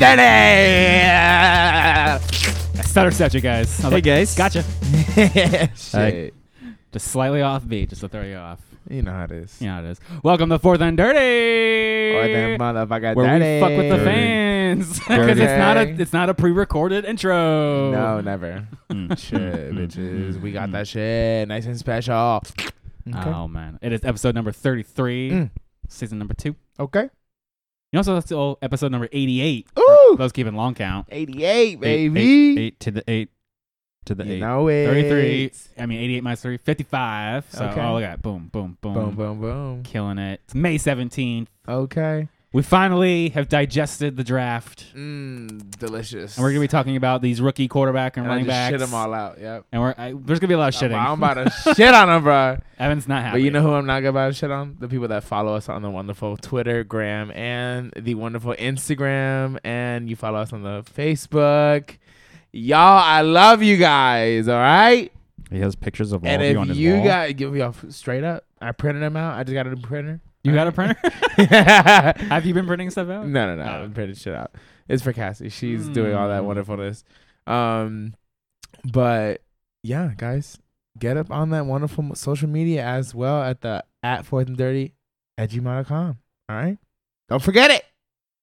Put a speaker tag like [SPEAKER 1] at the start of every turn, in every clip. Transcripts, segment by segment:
[SPEAKER 1] Bacalhau!
[SPEAKER 2] Stutter Such, you guys. I was
[SPEAKER 1] Hey,
[SPEAKER 2] like,
[SPEAKER 1] guys.
[SPEAKER 2] Gotcha.
[SPEAKER 1] Shit.
[SPEAKER 2] Just slightly off beat, just to throw you off.
[SPEAKER 1] You know how it is.
[SPEAKER 2] You know how it is. Welcome to Fourth and Dirty.
[SPEAKER 1] Or that motherfucker
[SPEAKER 2] where
[SPEAKER 1] daddy.
[SPEAKER 2] we fuck with the
[SPEAKER 1] Dirty.
[SPEAKER 2] fans because
[SPEAKER 1] Dirty.
[SPEAKER 2] it's not a it's not a pre-recorded intro. Mm,
[SPEAKER 1] No, never. Mm-hmm. shit, bitches. We got that shit. Nice and special. Okay.
[SPEAKER 2] Oh man, it is episode number thirty-three,
[SPEAKER 1] Mm.
[SPEAKER 2] season number two.
[SPEAKER 1] Okay.
[SPEAKER 2] You also still episode number eighty-eight.
[SPEAKER 1] Ooh.
[SPEAKER 2] Those keeping long count.
[SPEAKER 1] 88,
[SPEAKER 2] Eight-
[SPEAKER 1] baby.
[SPEAKER 2] eight- eight to the eight to the
[SPEAKER 1] You
[SPEAKER 2] eight.
[SPEAKER 1] know it.
[SPEAKER 2] Thirty-three. I mean, eighty-eight minus three, fifty-five. So
[SPEAKER 1] Okay.
[SPEAKER 2] oh, look at that. boom, boom, boom,
[SPEAKER 1] Boom, boom, boom.
[SPEAKER 2] killing it. It's May seventeenth.
[SPEAKER 1] Okay.
[SPEAKER 2] We finally have digested the draft.
[SPEAKER 1] Mmm, delicious.
[SPEAKER 2] And we're gonna be talking about these rookie quarterback and,
[SPEAKER 1] and I
[SPEAKER 2] running
[SPEAKER 1] just
[SPEAKER 2] backs.
[SPEAKER 1] shit them all out. Yep.
[SPEAKER 2] And we're I, there's gonna be a lot of shitting.
[SPEAKER 1] I'm about to shit on them, bro.
[SPEAKER 2] Evan's not happy.
[SPEAKER 1] But you know who I'm not about to shit on? The people that follow us on the wonderful Twitter, Gram, and the wonderful Instagram, and you follow us on the Facebook. Y'all, I love you guys. All right.
[SPEAKER 3] He has pictures of all
[SPEAKER 1] and
[SPEAKER 3] of you on
[SPEAKER 1] if
[SPEAKER 3] his
[SPEAKER 1] you
[SPEAKER 3] wall.
[SPEAKER 1] guys give me off straight up, I printed them out. I just got a new printer.
[SPEAKER 2] you got a printer?
[SPEAKER 1] no,
[SPEAKER 2] Have you been printing stuff out?
[SPEAKER 1] no, no.
[SPEAKER 2] Oh.
[SPEAKER 1] I printed shit out. It's for Cassie. She's doing all that
[SPEAKER 2] Mm.
[SPEAKER 1] wonderfulness. Um, but yeah, guys, get up on that wonderful m- social media as well at the at fourth and dirty at gmail.com. All right, don't forget it.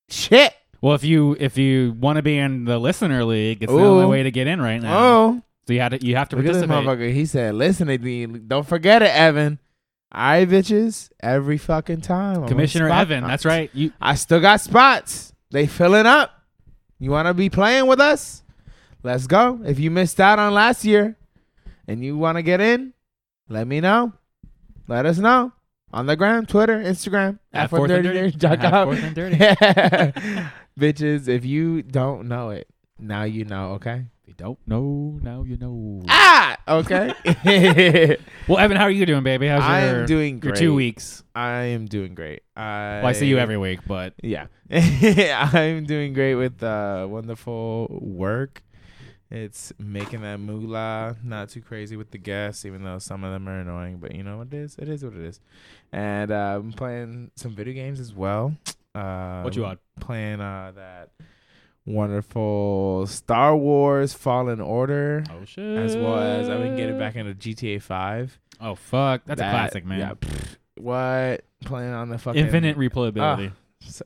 [SPEAKER 1] Shit.
[SPEAKER 2] Well, if you if you want to be in the listener league, it's the only
[SPEAKER 1] Ooh.
[SPEAKER 2] way to get in right now.
[SPEAKER 1] Oh,
[SPEAKER 2] So you had to you have to
[SPEAKER 1] look at this
[SPEAKER 2] participate.
[SPEAKER 1] motherfucker. He said, "Listen to the. Don't forget it, Evan. All right, bitches. Every fucking time. I'm on
[SPEAKER 2] Commissioner
[SPEAKER 1] spot-
[SPEAKER 2] Evan, that's right. You
[SPEAKER 1] I still got spots. They filling up. You want to be playing with us? Let's go. If you missed out on last year and you want to get in, let me know. Let us know on the gram, Twitter, Instagram
[SPEAKER 2] At Fourth and Dirty. At Fourth and Dirty.
[SPEAKER 1] Yeah. Bitches, if you don't know it, now you know, okay?
[SPEAKER 2] you don't know now you know.
[SPEAKER 1] Ah, okay.
[SPEAKER 2] Well, Evan, how are you doing, baby? How's
[SPEAKER 1] I
[SPEAKER 2] your
[SPEAKER 1] am doing
[SPEAKER 2] your
[SPEAKER 1] great.
[SPEAKER 2] two weeks?
[SPEAKER 1] I am doing great. I,
[SPEAKER 2] Well, I see you every week, but
[SPEAKER 1] Yeah. I'm doing great with uh, wonderful work. It's making that moolah. Not too crazy with the guests, even though some of them are annoying. But you know what it is? It is what it is. And uh, I'm playing some video games as well. Uh,
[SPEAKER 2] what you want?
[SPEAKER 1] Playing uh, that wonderful Star Wars Fallen Order.
[SPEAKER 2] Oh shit!
[SPEAKER 1] As well as I've been getting back into GTA 5.
[SPEAKER 2] Oh fuck, that's a
[SPEAKER 1] That-
[SPEAKER 2] classic, man.
[SPEAKER 1] yeah, pfft, what? Playing on the fucking. Ah,
[SPEAKER 2] Infinite replayability.
[SPEAKER 1] So-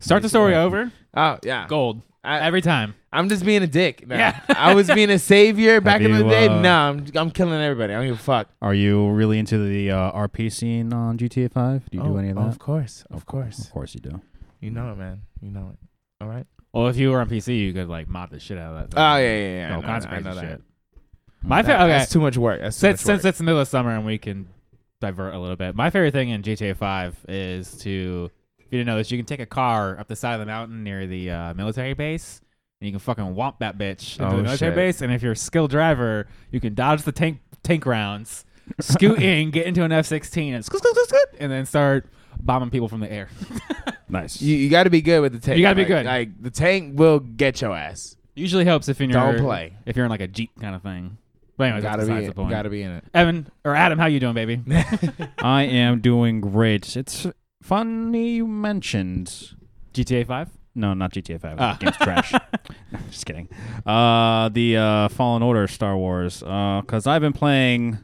[SPEAKER 2] Start the story
[SPEAKER 1] Yeah.
[SPEAKER 2] over.
[SPEAKER 1] oh, yeah.
[SPEAKER 2] Gold
[SPEAKER 1] I,
[SPEAKER 2] every time.
[SPEAKER 1] I'm just being a dick. Now.
[SPEAKER 2] Yeah.
[SPEAKER 1] I was being a savior back in
[SPEAKER 3] Have
[SPEAKER 1] the
[SPEAKER 3] you,
[SPEAKER 1] day.
[SPEAKER 3] uh,
[SPEAKER 1] no, I'm, I'm killing everybody. I don't give a fuck.
[SPEAKER 3] Are you really into the uh, RP scene on GTA 5? Do
[SPEAKER 2] Oh,
[SPEAKER 3] you do any of that?
[SPEAKER 1] Of course. Of course.
[SPEAKER 3] Of course you do.
[SPEAKER 1] You know it, man. You know it. All right.
[SPEAKER 2] Well, if you were on PC, you could like mod the shit out of that.
[SPEAKER 1] Oh, yeah, yeah, yeah.
[SPEAKER 2] all
[SPEAKER 1] I know
[SPEAKER 2] kinds of
[SPEAKER 1] that. I
[SPEAKER 2] crazy
[SPEAKER 1] know that.
[SPEAKER 2] shit. My
[SPEAKER 1] That-
[SPEAKER 2] favorite. Okay,
[SPEAKER 1] That's too much work. That's too
[SPEAKER 2] since
[SPEAKER 1] much
[SPEAKER 2] since it's the middle of summer and we can divert a little bit, my favorite thing in GTA Five is to, if you didn't know this, you can take a car up the side of the mountain near the uh, military base. And you can fucking womp that bitch into
[SPEAKER 1] Oh,
[SPEAKER 2] the military
[SPEAKER 1] shit.
[SPEAKER 2] base, and if you're a skilled driver, you can dodge the tank tank rounds, scoot in, get into an F-16, and scoot, scoot, scoot, scoot, and then start bombing people from the air.
[SPEAKER 3] Nice.
[SPEAKER 1] you, you got to be good with the tank.
[SPEAKER 2] You gotta be
[SPEAKER 1] Like-
[SPEAKER 2] good.
[SPEAKER 1] Like the tank will get your ass.
[SPEAKER 2] Usually helps if you're
[SPEAKER 1] Don't play.
[SPEAKER 2] if you're in like a jeep kind of thing. But anyways,
[SPEAKER 1] gotta
[SPEAKER 2] that's
[SPEAKER 1] be.
[SPEAKER 2] besides the
[SPEAKER 1] in-
[SPEAKER 2] point.
[SPEAKER 1] Gotta be in it.
[SPEAKER 2] Evan or Adam, how you doing, baby?
[SPEAKER 3] I am doing great. It's funny you mentioned.
[SPEAKER 2] GTA Five.
[SPEAKER 3] No, not GTA 5.
[SPEAKER 2] Ah.
[SPEAKER 3] That game's trash. Just kidding. Uh, the uh, Fallen Order Star Wars. Because I've been playing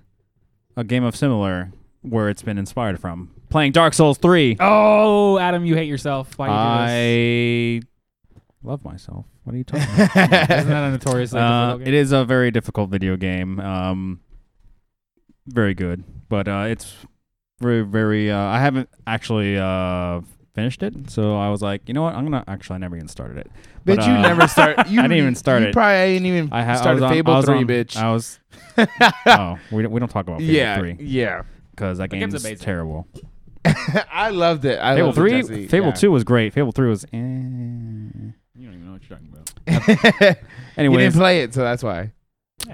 [SPEAKER 3] a game of similar where it's been inspired from. Playing Dark Souls 3.
[SPEAKER 2] Oh, Adam, you hate yourself. Why you do
[SPEAKER 3] I love myself. What are you talking about?
[SPEAKER 2] this? Isn't that a notoriously
[SPEAKER 3] Uh,
[SPEAKER 2] difficult
[SPEAKER 3] it
[SPEAKER 2] game?
[SPEAKER 3] is a very difficult video game. Um, very good, but uh, it's very, very. Uh, I haven't actually uh, finished it, so I was like, you know what? I'm gonna actually. I never even started it.
[SPEAKER 1] Bitch,
[SPEAKER 3] But,
[SPEAKER 1] you
[SPEAKER 3] uh,
[SPEAKER 1] never start. You,
[SPEAKER 3] I didn't even start
[SPEAKER 1] you
[SPEAKER 3] it.
[SPEAKER 1] Probably didn't even
[SPEAKER 3] I ha- I
[SPEAKER 1] start
[SPEAKER 3] was on-
[SPEAKER 1] Fable
[SPEAKER 3] I was
[SPEAKER 1] Three,
[SPEAKER 3] on-
[SPEAKER 1] bitch.
[SPEAKER 3] I was. oh, we don't, we don't talk about Fable
[SPEAKER 1] yeah,
[SPEAKER 3] Three
[SPEAKER 1] yeah.
[SPEAKER 3] because that
[SPEAKER 2] That game's
[SPEAKER 3] game's
[SPEAKER 2] amazing.
[SPEAKER 3] terrible.
[SPEAKER 1] I loved it. I
[SPEAKER 3] Fable
[SPEAKER 1] loved
[SPEAKER 3] Three,
[SPEAKER 1] It, Jesse.
[SPEAKER 3] Fable
[SPEAKER 1] Yeah.
[SPEAKER 3] Two was great. Fable Three was. Eh.
[SPEAKER 2] You don't even know what you're talking about.
[SPEAKER 1] You
[SPEAKER 3] Anyways,
[SPEAKER 1] didn't play it, so that's why.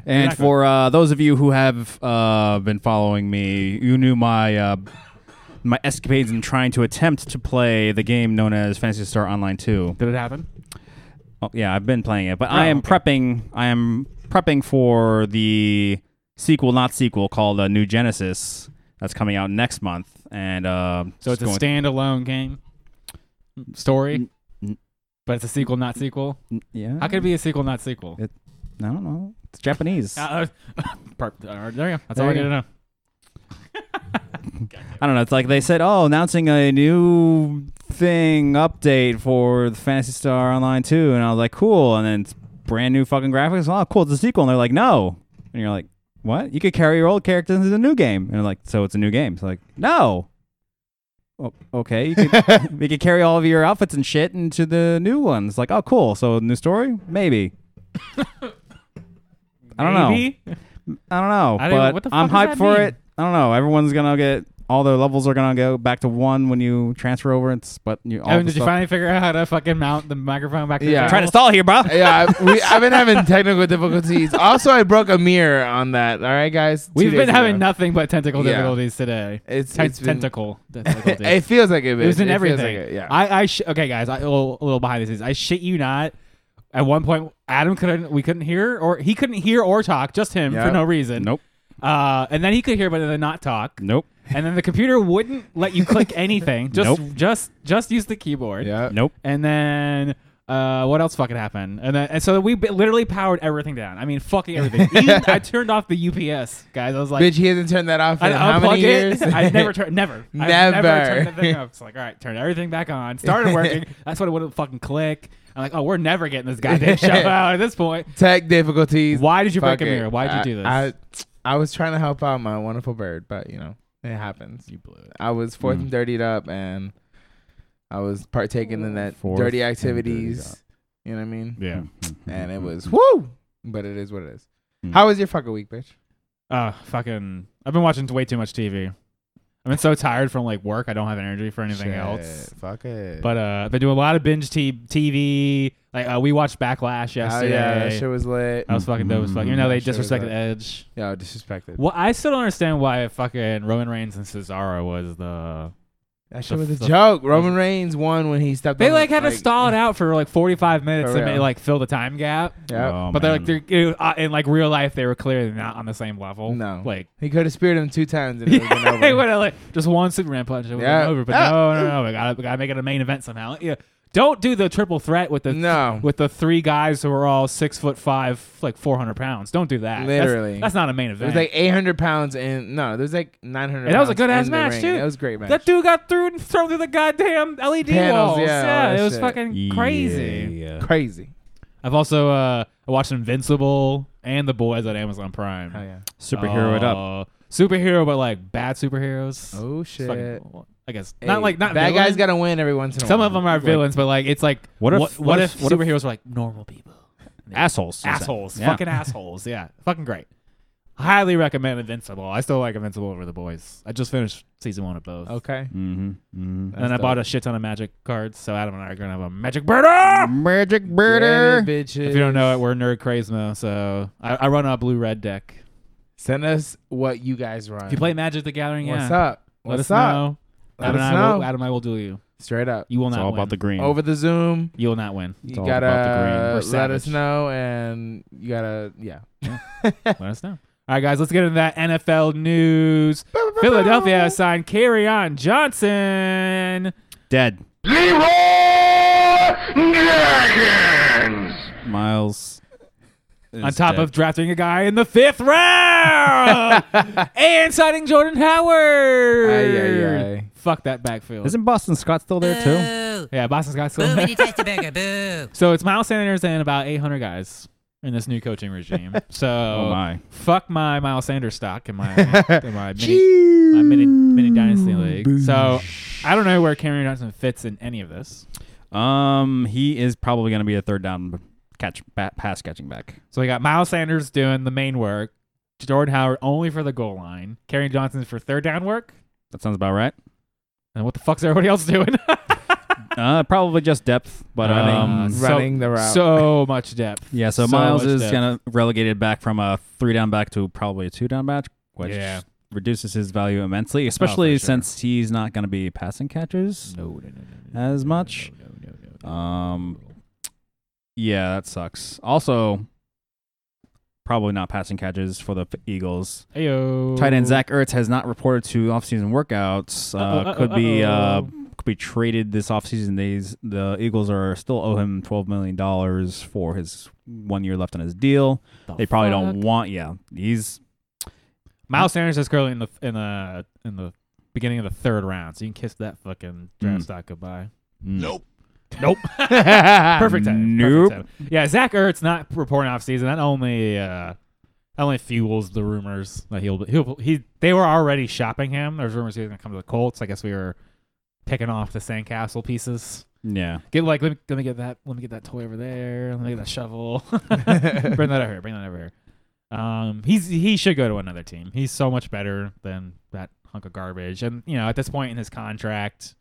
[SPEAKER 3] And for uh, those of you who have uh, been following me, you knew my uh, my escapades in trying to attempt to play the game known as Fantasy Star Online Two.
[SPEAKER 2] did it happen?
[SPEAKER 3] Oh, yeah, I've been playing it, but
[SPEAKER 2] Oh,
[SPEAKER 3] I am
[SPEAKER 2] okay.
[SPEAKER 3] prepping. I am prepping for the sequel, not sequel, called uh, New Genesis that's coming out next month, and uh,
[SPEAKER 2] So it's a
[SPEAKER 3] going-
[SPEAKER 2] standalone game. story,
[SPEAKER 3] N- n-
[SPEAKER 2] but it's a sequel, not sequel.
[SPEAKER 3] N- Yeah.
[SPEAKER 2] How could it be a sequel, not sequel?
[SPEAKER 3] I don't know. It's Japanese.
[SPEAKER 2] Uh, uh, per- uh, there you go. That's
[SPEAKER 3] There
[SPEAKER 2] all I
[SPEAKER 3] you
[SPEAKER 2] need
[SPEAKER 3] go.
[SPEAKER 2] to know.
[SPEAKER 3] I don't know. It's like they said, oh, announcing a new thing update for the Fantasy Star Online 2. And I was like, cool. And then it's brand new fucking graphics. Oh, cool. It's a sequel. And they're like, no. And you're like, what? You could carry your old characters into the new game. And they're like, so it's a new game. It's like, no. O- okay. You could, we could carry all of your outfits and shit into the new one. It's like, oh, cool. So new story? Maybe. I don't know.
[SPEAKER 2] Maybe?
[SPEAKER 3] I don't know,
[SPEAKER 2] I don't-
[SPEAKER 3] but
[SPEAKER 2] what the
[SPEAKER 3] I'm
[SPEAKER 2] fuck does
[SPEAKER 3] hyped
[SPEAKER 2] that
[SPEAKER 3] for
[SPEAKER 2] mean?
[SPEAKER 3] it. I don't know. Everyone's gonna get all their levels are gonna go back to one when you transfer over. It's but you all
[SPEAKER 2] Evan,
[SPEAKER 3] the
[SPEAKER 2] did you
[SPEAKER 3] stuff-
[SPEAKER 2] finally figure out how to fucking mount the microphone back? To
[SPEAKER 1] Yeah.
[SPEAKER 2] the
[SPEAKER 3] try to
[SPEAKER 2] table?
[SPEAKER 3] stall here, bro.
[SPEAKER 1] yeah, I- we, I've been having technical difficulties. Also, I broke a mirror on that. All right, guys. Two
[SPEAKER 2] We've
[SPEAKER 1] days
[SPEAKER 2] been having
[SPEAKER 1] ago.
[SPEAKER 2] nothing but tentacle
[SPEAKER 1] Yeah.
[SPEAKER 2] difficulties today.
[SPEAKER 1] It's,
[SPEAKER 2] Ten-
[SPEAKER 1] it's been,
[SPEAKER 2] tentacle. difficulties.
[SPEAKER 1] it feels like it.
[SPEAKER 2] It was in
[SPEAKER 1] feels
[SPEAKER 2] everything.
[SPEAKER 1] like it, yeah.
[SPEAKER 2] I, I sh- okay, guys. I, a, little, a little behind the scenes. I shit you not. At one point, Adam couldn't. We couldn't hear, or he couldn't hear or talk. Just him for
[SPEAKER 1] Yep.
[SPEAKER 2] no reason.
[SPEAKER 3] Nope,
[SPEAKER 2] Uh, and then he could hear, but then not talk.
[SPEAKER 3] nope,
[SPEAKER 2] And then the computer wouldn't let you click anything. Just,
[SPEAKER 3] Nope.
[SPEAKER 2] just, just use the keyboard.
[SPEAKER 1] yeah.
[SPEAKER 3] nope.
[SPEAKER 2] And then uh, what else fucking happened? And then and so we bi- literally powered everything down. I mean, fucking everything. Even I turned off the UPS, guys. I was like,
[SPEAKER 1] Bitch, he hasn't turned that off
[SPEAKER 2] I
[SPEAKER 1] in
[SPEAKER 2] unplug
[SPEAKER 1] how many
[SPEAKER 2] it.
[SPEAKER 1] years?
[SPEAKER 2] I never turned. Never. I've
[SPEAKER 1] Never.
[SPEAKER 2] never turned that thing off. It's like, all right, turn everything back on. Started working. That's when it wouldn't fucking click. I'm like, oh, we're never getting this goddamn show out at this point.
[SPEAKER 1] Tech difficulties.
[SPEAKER 2] Why did you break
[SPEAKER 1] Fuck
[SPEAKER 2] a
[SPEAKER 1] it.
[SPEAKER 2] mirror? Why did you do this?
[SPEAKER 1] I, I, I was trying to help out my wonderful bird, but you know, it happens.
[SPEAKER 2] you blew it.
[SPEAKER 1] I was fourth
[SPEAKER 3] Mm.
[SPEAKER 1] and dirtied up, and I was partaking in that
[SPEAKER 3] Fourth
[SPEAKER 1] dirty
[SPEAKER 3] and dirtied up.
[SPEAKER 1] activities. You know what I mean?
[SPEAKER 2] Yeah.
[SPEAKER 1] And it was woo, but it is what it is.
[SPEAKER 3] Mm.
[SPEAKER 1] How was your fucking week, bitch?
[SPEAKER 2] Uh, fucking. I've been watching way too much TV. I've been so tired from like work. I don't have energy for anything
[SPEAKER 1] Shit,
[SPEAKER 2] else.
[SPEAKER 1] Fuck it.
[SPEAKER 2] But uh, I've been doing a lot of binge t- TV. Like uh, we watched Backlash
[SPEAKER 1] Hell
[SPEAKER 2] yesterday.
[SPEAKER 1] Oh,
[SPEAKER 2] uh,
[SPEAKER 1] yeah, that shit was lit.
[SPEAKER 2] that was fucking dope as fuck. Even
[SPEAKER 3] Mm,
[SPEAKER 2] though they
[SPEAKER 1] that shit was
[SPEAKER 2] disrespected
[SPEAKER 1] dope.
[SPEAKER 2] Edge.
[SPEAKER 1] Yo, disrespected.
[SPEAKER 2] Well, I still don't understand why fucking Roman Reigns and Cesaro was the.
[SPEAKER 1] That
[SPEAKER 2] the
[SPEAKER 1] shit was a
[SPEAKER 2] f- the-
[SPEAKER 1] joke. Roman Reigns won when he stepped.
[SPEAKER 2] They
[SPEAKER 1] on
[SPEAKER 2] like
[SPEAKER 1] the-
[SPEAKER 2] had to stall it out for like forty five minutes
[SPEAKER 1] For
[SPEAKER 2] to
[SPEAKER 1] real.
[SPEAKER 2] ma- like fill the time gap.
[SPEAKER 1] Yeah,
[SPEAKER 3] Oh,
[SPEAKER 2] but they're like
[SPEAKER 3] man.
[SPEAKER 2] they're you know, uh, in like real life they were clearly not on the same level.
[SPEAKER 1] No.
[SPEAKER 2] like
[SPEAKER 1] he could have speared him two times and it would
[SPEAKER 2] yeah,
[SPEAKER 1] have
[SPEAKER 2] they
[SPEAKER 1] been over.
[SPEAKER 2] would have like just one Superman punch and it would
[SPEAKER 1] Yeah.
[SPEAKER 2] have been over. But
[SPEAKER 1] Ah.
[SPEAKER 2] no, no, no, we gotta, we gotta make it a main event somehow. Yeah, don't do the triple threat with the
[SPEAKER 1] No,
[SPEAKER 2] with the three guys who are all six foot five, like four hundred pounds. Don't do that. That's-
[SPEAKER 1] Literally.
[SPEAKER 2] that's, not a main
[SPEAKER 1] It
[SPEAKER 2] event.
[SPEAKER 1] was like 800 pounds and no, there was like 900.
[SPEAKER 2] And that was a
[SPEAKER 1] pounds
[SPEAKER 2] good-ass
[SPEAKER 1] in the
[SPEAKER 2] match,
[SPEAKER 1] ring.
[SPEAKER 2] too.
[SPEAKER 1] That was a great match.
[SPEAKER 2] That dude got through and thrown through the goddamn LED
[SPEAKER 1] Panels,
[SPEAKER 2] walls.
[SPEAKER 1] yeah, all
[SPEAKER 2] Yeah,
[SPEAKER 1] that
[SPEAKER 2] it was
[SPEAKER 1] shit.
[SPEAKER 2] fucking crazy.
[SPEAKER 3] Yeah.
[SPEAKER 1] crazy.
[SPEAKER 2] I've also uh, I watched Invincible and The Boys on Amazon Prime.
[SPEAKER 1] Oh yeah.
[SPEAKER 3] Superhero it up.
[SPEAKER 2] Uh, Superhero, but like bad superheroes.
[SPEAKER 1] Oh
[SPEAKER 2] It's
[SPEAKER 1] shit.
[SPEAKER 2] fucking- I guess
[SPEAKER 1] Hey,
[SPEAKER 2] not like not
[SPEAKER 1] bad
[SPEAKER 2] villain.
[SPEAKER 1] guys gotta win every once in a
[SPEAKER 2] Some
[SPEAKER 1] while.
[SPEAKER 2] of them are villains, but like it's like
[SPEAKER 3] What
[SPEAKER 2] what
[SPEAKER 3] if-
[SPEAKER 2] if what,
[SPEAKER 3] what if-
[SPEAKER 2] if,
[SPEAKER 3] what if-
[SPEAKER 2] superheroes were like normal people,
[SPEAKER 3] Assholes.
[SPEAKER 2] assholes,
[SPEAKER 3] Yeah.
[SPEAKER 2] fucking assholes. Yeah, fucking great. Highly recommend Invincible. I still like Invincible over The Boys. I just finished season one of both.
[SPEAKER 1] Okay.
[SPEAKER 3] Mm-hmm. mm-hmm.
[SPEAKER 2] And then I
[SPEAKER 1] That's
[SPEAKER 2] bought
[SPEAKER 1] dope.
[SPEAKER 2] a shit ton of magic cards, so Adam and I are gonna have a magic burner.
[SPEAKER 3] Ah, Magic
[SPEAKER 1] Get
[SPEAKER 3] Birder.
[SPEAKER 1] it, bitches.
[SPEAKER 2] If you don't know it, we're Nerd Crazmo, so I, I run a blue red deck.
[SPEAKER 1] send us what you guys run.
[SPEAKER 2] If you play Magic the Gathering, yeah,
[SPEAKER 1] what's up?
[SPEAKER 2] Let
[SPEAKER 1] What's
[SPEAKER 2] us
[SPEAKER 1] up?
[SPEAKER 2] know.
[SPEAKER 1] Let
[SPEAKER 2] Adam,
[SPEAKER 1] us
[SPEAKER 2] and I will,
[SPEAKER 1] know.
[SPEAKER 2] Adam and I will do you.
[SPEAKER 1] Straight up.
[SPEAKER 2] You will
[SPEAKER 3] It's
[SPEAKER 2] not
[SPEAKER 3] all
[SPEAKER 2] win.
[SPEAKER 3] about the green.
[SPEAKER 1] Over the Zoom.
[SPEAKER 2] You will not win.
[SPEAKER 1] You
[SPEAKER 3] It's all
[SPEAKER 1] gotta
[SPEAKER 3] about the green. We're
[SPEAKER 1] let us
[SPEAKER 2] savage.
[SPEAKER 1] know, and you gotta yeah.
[SPEAKER 2] Let us know. All right, guys, let's get into that NFL news. Philadelphia signed on Johnson.
[SPEAKER 3] Dead.
[SPEAKER 4] Leroy Jenkins.
[SPEAKER 3] Miles. is
[SPEAKER 2] on top
[SPEAKER 3] dead.
[SPEAKER 2] of drafting a guy in the fifth round and signing Jordan Howard.
[SPEAKER 1] Aye, aye, aye.
[SPEAKER 2] Fuck that backfield.
[SPEAKER 3] Isn't Boston Scott still there too?
[SPEAKER 5] Boo!
[SPEAKER 2] yeah, Boston's got
[SPEAKER 5] Boo,
[SPEAKER 2] some.
[SPEAKER 5] mini tasty burger, boo!
[SPEAKER 2] so it's Miles Sanders and about 800 guys in this new coaching regime. So
[SPEAKER 3] Oh my.
[SPEAKER 2] fuck my Miles Sanders stock in my in my mini, my mini, mini dynasty league. So I don't know where Cameron Johnson fits in any of this.
[SPEAKER 3] Um, he is probably going to be a third down catch ba- pass catching back.
[SPEAKER 2] So we got Miles Sanders doing the main work, Jordan Howard only for the goal line, Cameron Johnson for third down work.
[SPEAKER 3] That sounds about right.
[SPEAKER 2] And what the fuck's everybody else doing?
[SPEAKER 3] uh, probably just depth, but
[SPEAKER 1] Running,
[SPEAKER 3] um,
[SPEAKER 2] so-
[SPEAKER 1] running the route.
[SPEAKER 2] so much depth.
[SPEAKER 3] yeah. So,
[SPEAKER 2] Ah, so
[SPEAKER 3] Miles
[SPEAKER 2] much
[SPEAKER 3] is
[SPEAKER 2] depth.
[SPEAKER 3] kind of relegated back from a three down back to probably a two down back, which
[SPEAKER 2] Yeah. Oh,
[SPEAKER 3] reduces his value immensely, especially
[SPEAKER 2] sure.
[SPEAKER 3] since he's not going to be passing catches.
[SPEAKER 2] No, no, no,
[SPEAKER 3] As no, much. Um, Yeah, that sucks. Also, probably not passing catches for the Eagles.
[SPEAKER 2] Ayo.
[SPEAKER 3] Tight end Zach Ertz has not reported to offseason workouts. Uh, could be uh, could be traded this offseason. These the Eagles are still owe him twelve million dollars for his one year left on his deal. they probably don't want. Yeah, he's
[SPEAKER 2] Miles Sanders is currently in the in the in the beginning of the third round, so you can kiss that fucking draft
[SPEAKER 3] Mm.
[SPEAKER 2] stock goodbye.
[SPEAKER 3] nope.
[SPEAKER 2] Nope. Perfect time.
[SPEAKER 3] Nope.
[SPEAKER 2] Perfect time. Yeah, Zach Ertz not reporting off season. That only uh, that only fuels the rumors that he'll he'll he they were already shopping him. There's rumors he was gonna come to the Colts. I guess we were picking off the sandcastle pieces.
[SPEAKER 3] Yeah,
[SPEAKER 2] Get like let me let me get that let me get that toy over there. Let me get that shovel. bring that over here. Bring that over here. Um, he's he should go to another team. He's so much better than that hunk of garbage. And you know, at this point in his contract,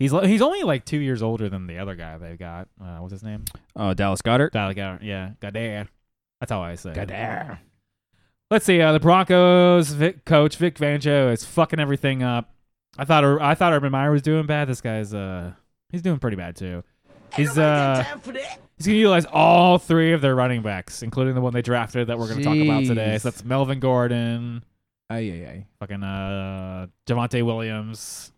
[SPEAKER 2] he's li- he's only like two years older than the other guy they got. Uh, what's his name?
[SPEAKER 3] uh, Dallas Goddard.
[SPEAKER 2] Dallas Goddard. Yeah, Goddard. That's how I say. it.
[SPEAKER 1] Goddard.
[SPEAKER 2] Let's see. Uh, the Broncos Vic, coach Vic Fangio is fucking everything up. I thought Ur- I thought Urban Meyer was doing bad. This guy's uh he's doing pretty bad too. He's uh he's gonna utilize all three of their running backs, including the one they drafted that we're gonna talk about today.
[SPEAKER 1] Jeez.
[SPEAKER 2] So that's Melvin Gordon,
[SPEAKER 1] Ay, ay, ay.
[SPEAKER 2] fucking uh Javante Williams.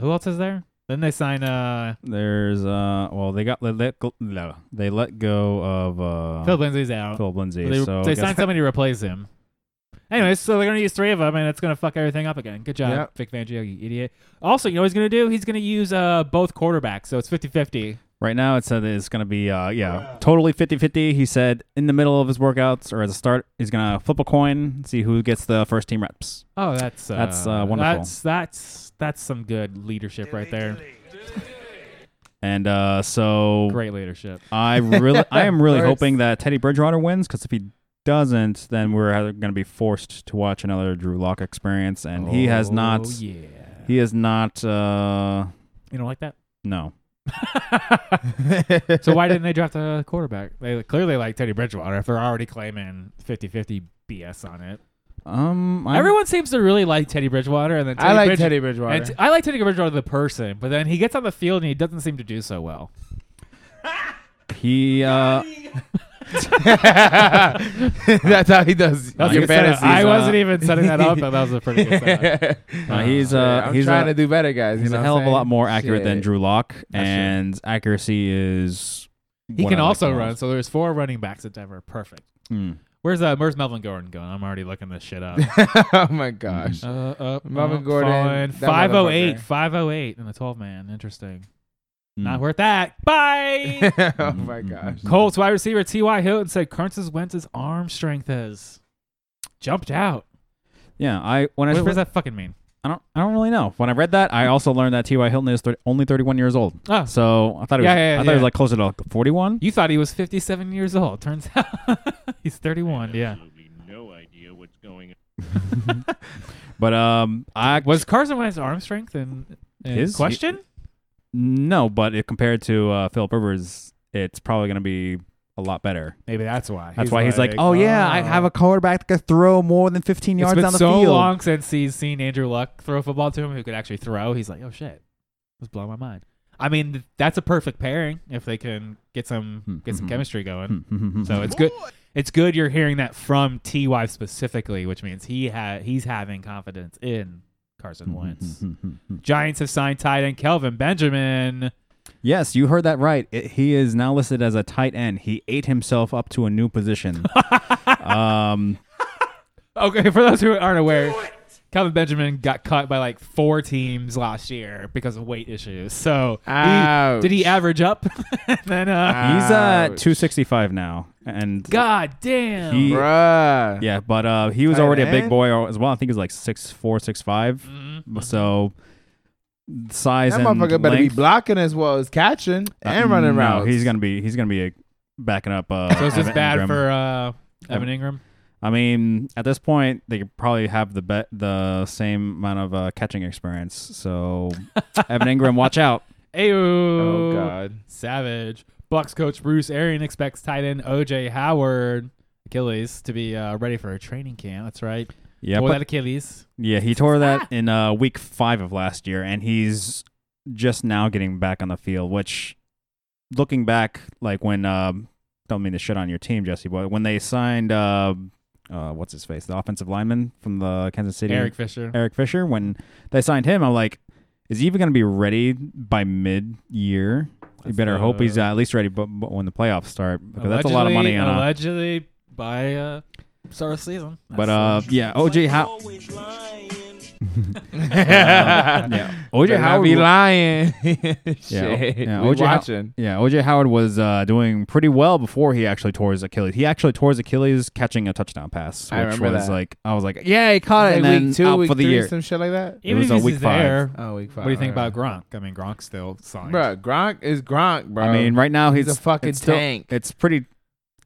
[SPEAKER 2] Who else is there? Then they sign uh
[SPEAKER 3] There's uh, well, they got they let go, no, they let go of uh,
[SPEAKER 2] Phil Lindsay's out.
[SPEAKER 3] Philip Lindsay.
[SPEAKER 2] they
[SPEAKER 3] so I
[SPEAKER 2] they
[SPEAKER 3] guess-
[SPEAKER 2] signed somebody to replace him. Anyways, so they're gonna use three of them, and it's gonna fuck everything up again. Good job,
[SPEAKER 1] Yep.
[SPEAKER 2] Vic Fangio, you idiot. Also, you know what he's gonna do? He's gonna use uh both quarterbacks, so it's 50-50.
[SPEAKER 3] Right now, it said that it's going to be, uh, yeah, totally 50 50. He said in the middle of his workouts or as a start, he's going to flip a coin, see who gets the first team reps.
[SPEAKER 2] Oh, that's uh,
[SPEAKER 3] That's, uh, wonderful.
[SPEAKER 2] That's that's that's some good leadership right there.
[SPEAKER 3] And uh, so
[SPEAKER 2] Great leadership.
[SPEAKER 3] I really, I am really
[SPEAKER 1] Words.
[SPEAKER 3] hoping that Teddy Bridgewater wins because if he doesn't, then we're going to be forced to watch another Drew Lock experience. And he has not,
[SPEAKER 2] Oh, yeah.
[SPEAKER 3] he has not, uh,
[SPEAKER 2] You don't like that?
[SPEAKER 3] no.
[SPEAKER 2] so why didn't they draft a quarterback? They clearly like Teddy Bridgewater if they're already claiming 50-50 BS on it.
[SPEAKER 3] Um, I,
[SPEAKER 2] Everyone seems to really like Teddy Bridgewater, and then Teddy
[SPEAKER 1] I like
[SPEAKER 2] Bridge-
[SPEAKER 1] Teddy Bridgewater.
[SPEAKER 2] And t- I like Teddy Bridgewater the person, but then he gets on the field and he doesn't seem to do so well.
[SPEAKER 3] he, uh,
[SPEAKER 1] That's how he does
[SPEAKER 2] That was a
[SPEAKER 1] your
[SPEAKER 2] good setup.
[SPEAKER 1] fantasies.
[SPEAKER 2] I
[SPEAKER 1] huh?
[SPEAKER 2] wasn't even setting that up, but that was a pretty good setup.
[SPEAKER 3] uh, he's, uh,
[SPEAKER 1] Yeah, I'm
[SPEAKER 3] he's
[SPEAKER 1] trying
[SPEAKER 3] uh,
[SPEAKER 1] to do better, guys.
[SPEAKER 3] He's
[SPEAKER 1] you know
[SPEAKER 3] a
[SPEAKER 1] what
[SPEAKER 3] hell of a
[SPEAKER 1] I'm
[SPEAKER 3] lot
[SPEAKER 1] saying?
[SPEAKER 3] more accurate than
[SPEAKER 1] Shit.
[SPEAKER 3] Drew Lock,
[SPEAKER 2] That's true.
[SPEAKER 3] and accuracy is.
[SPEAKER 2] He
[SPEAKER 3] what
[SPEAKER 2] can
[SPEAKER 3] I like
[SPEAKER 2] also
[SPEAKER 3] the
[SPEAKER 2] run,
[SPEAKER 3] most.
[SPEAKER 2] so there's four running backs at Denver. Perfect.
[SPEAKER 3] Mm.
[SPEAKER 2] Where's uh, Where's Melvin Gordon going? I'm already looking this shit up.
[SPEAKER 1] oh my gosh.
[SPEAKER 2] uh, uh,
[SPEAKER 1] Melvin
[SPEAKER 2] uh,
[SPEAKER 1] Gordon,
[SPEAKER 2] fine.
[SPEAKER 1] that
[SPEAKER 2] 508,
[SPEAKER 1] motherfucker. Hmm.
[SPEAKER 2] 508 in the 12 man. Interesting.
[SPEAKER 3] Mm.
[SPEAKER 2] Not worth that. Bye.
[SPEAKER 1] oh my gosh.
[SPEAKER 2] Colts wide receiver T.Y. Hilton said Curtis Wentz's arm strength is jumped out.
[SPEAKER 3] Yeah, I
[SPEAKER 2] What,
[SPEAKER 3] when I
[SPEAKER 2] what does
[SPEAKER 3] first,
[SPEAKER 2] that fucking mean?
[SPEAKER 3] I don't I don't really know. When I read that, I also learned that T.Y. Hilton is 30, only 31 years old.
[SPEAKER 2] Oh,
[SPEAKER 3] So I thought it was
[SPEAKER 2] Yeah, yeah,
[SPEAKER 3] I thought it was
[SPEAKER 2] yeah.
[SPEAKER 3] like closer to like 41.
[SPEAKER 2] You thought he was 57 years old. Turns out he's 31. Yeah.
[SPEAKER 3] But um, I
[SPEAKER 2] Was Carson Wentz's arm strength in, in
[SPEAKER 3] His-
[SPEAKER 2] question?
[SPEAKER 3] no, but it, compared to uh, Philip Rivers, it's probably going to be a lot better.
[SPEAKER 2] Maybe that's why.
[SPEAKER 3] That's why he's like, oh yeah, I have a quarterback that can throw more than 15
[SPEAKER 2] It's
[SPEAKER 3] yards
[SPEAKER 2] been
[SPEAKER 3] down the
[SPEAKER 2] so
[SPEAKER 3] field.
[SPEAKER 2] long since he's seen Andrew Luck throw a football to him who could actually throw. He's like, oh shit, this blowing my mind. I mean, th- that's a perfect pairing if they can get some get some
[SPEAKER 3] mhm.
[SPEAKER 2] chemistry going.
[SPEAKER 3] long.
[SPEAKER 2] So it's good. It's good you're hearing that from Ty specifically, which means he ha- he's having confidence in
[SPEAKER 3] Hmm,
[SPEAKER 2] Carson Wentz. Giants have signed tight end Kelvin Benjamin.
[SPEAKER 3] Yes, you heard that right. It, he is now listed as a tight end. He ate himself up to a new position. um,
[SPEAKER 2] Okay, for those who aren't aware, Calvin Benjamin got cut by like four teams last year because of weight issues. So he-
[SPEAKER 1] Ouch.
[SPEAKER 2] did he average up? And then uh,
[SPEAKER 3] he's uh,
[SPEAKER 1] Ouch.
[SPEAKER 3] 265 now, and
[SPEAKER 2] God damn.
[SPEAKER 3] He-
[SPEAKER 1] Bruh.
[SPEAKER 3] yeah, but uh, he was
[SPEAKER 1] Tight
[SPEAKER 3] already a big
[SPEAKER 1] end? Mm-hmm.
[SPEAKER 3] boy as well. I think he's like six four, six five.
[SPEAKER 2] Mm-hmm.
[SPEAKER 3] So size
[SPEAKER 1] That
[SPEAKER 3] and
[SPEAKER 1] motherfucker better be
[SPEAKER 3] length-
[SPEAKER 1] blocking as well as catching
[SPEAKER 3] uh,
[SPEAKER 1] and running
[SPEAKER 3] no,
[SPEAKER 1] routes.
[SPEAKER 3] He's gonna be he's gonna be uh backing up. Uh,
[SPEAKER 2] so is this
[SPEAKER 3] Evan
[SPEAKER 2] bad
[SPEAKER 3] Ingram.
[SPEAKER 2] for uh, Evan Ingram?
[SPEAKER 3] I mean, at this point, they could probably have the bet the same amount of uh, catching experience. So Evan Ingram, watch out.
[SPEAKER 2] Ayo.
[SPEAKER 1] Oh god.
[SPEAKER 2] Savage. Bucks coach Bruce Arian expects tight end OJ Howard Achilles to be uh, ready for a training camp. That's right.
[SPEAKER 3] Yeah,
[SPEAKER 2] Boy,
[SPEAKER 3] but-
[SPEAKER 2] that Achilles.
[SPEAKER 3] Yeah, he tore that in uh, week five of last year, and he's just now getting back on the field. Which, looking back, like when um, don't mean to shit on your team, Jesse, but when they signed uh, uh, what's his face, the offensive lineman from the Kansas City,
[SPEAKER 2] Eric Fisher.
[SPEAKER 3] Eric Fisher, when they signed him, I'm like, Is he even going to be ready by mid-year? You
[SPEAKER 2] That's
[SPEAKER 3] better hope he's
[SPEAKER 2] the-
[SPEAKER 3] uh, at least ready bu- bu- when the playoffs start because that's a lot of money.
[SPEAKER 2] Allegedly-
[SPEAKER 3] On, uh,
[SPEAKER 2] allegedly by uh, start of season.
[SPEAKER 3] but uh,
[SPEAKER 2] That's-
[SPEAKER 3] yeah, OJ How yeah, OJ
[SPEAKER 1] Better not
[SPEAKER 3] Howard.
[SPEAKER 1] be
[SPEAKER 3] wa-
[SPEAKER 1] lying. Shit.
[SPEAKER 3] yeah,
[SPEAKER 1] we
[SPEAKER 3] OJ How-
[SPEAKER 1] watching.
[SPEAKER 3] Yeah, OJ Howard was uh, doing pretty well before he actually tore his Achilles. He actually tore his Achilles catching a touchdown pass, which
[SPEAKER 1] I remember
[SPEAKER 3] was
[SPEAKER 1] that.
[SPEAKER 3] like I was like, yeah, he caught
[SPEAKER 1] Like
[SPEAKER 3] it, and then
[SPEAKER 1] week two,
[SPEAKER 3] out
[SPEAKER 1] week
[SPEAKER 3] for the
[SPEAKER 1] three,
[SPEAKER 3] year.
[SPEAKER 1] some shit like that.
[SPEAKER 2] even
[SPEAKER 3] was
[SPEAKER 2] if
[SPEAKER 3] a
[SPEAKER 2] he's
[SPEAKER 3] week five.
[SPEAKER 2] there,
[SPEAKER 1] Oh, week five.
[SPEAKER 2] what do you think
[SPEAKER 1] all
[SPEAKER 2] about Gronk? I mean, Gronk's still signed.
[SPEAKER 1] right. Bruh, Gronk is Gronk, bro.
[SPEAKER 3] I mean, right now
[SPEAKER 1] he's
[SPEAKER 3] he's,
[SPEAKER 1] a fucking
[SPEAKER 3] it's still-
[SPEAKER 1] tank.
[SPEAKER 3] It's pretty,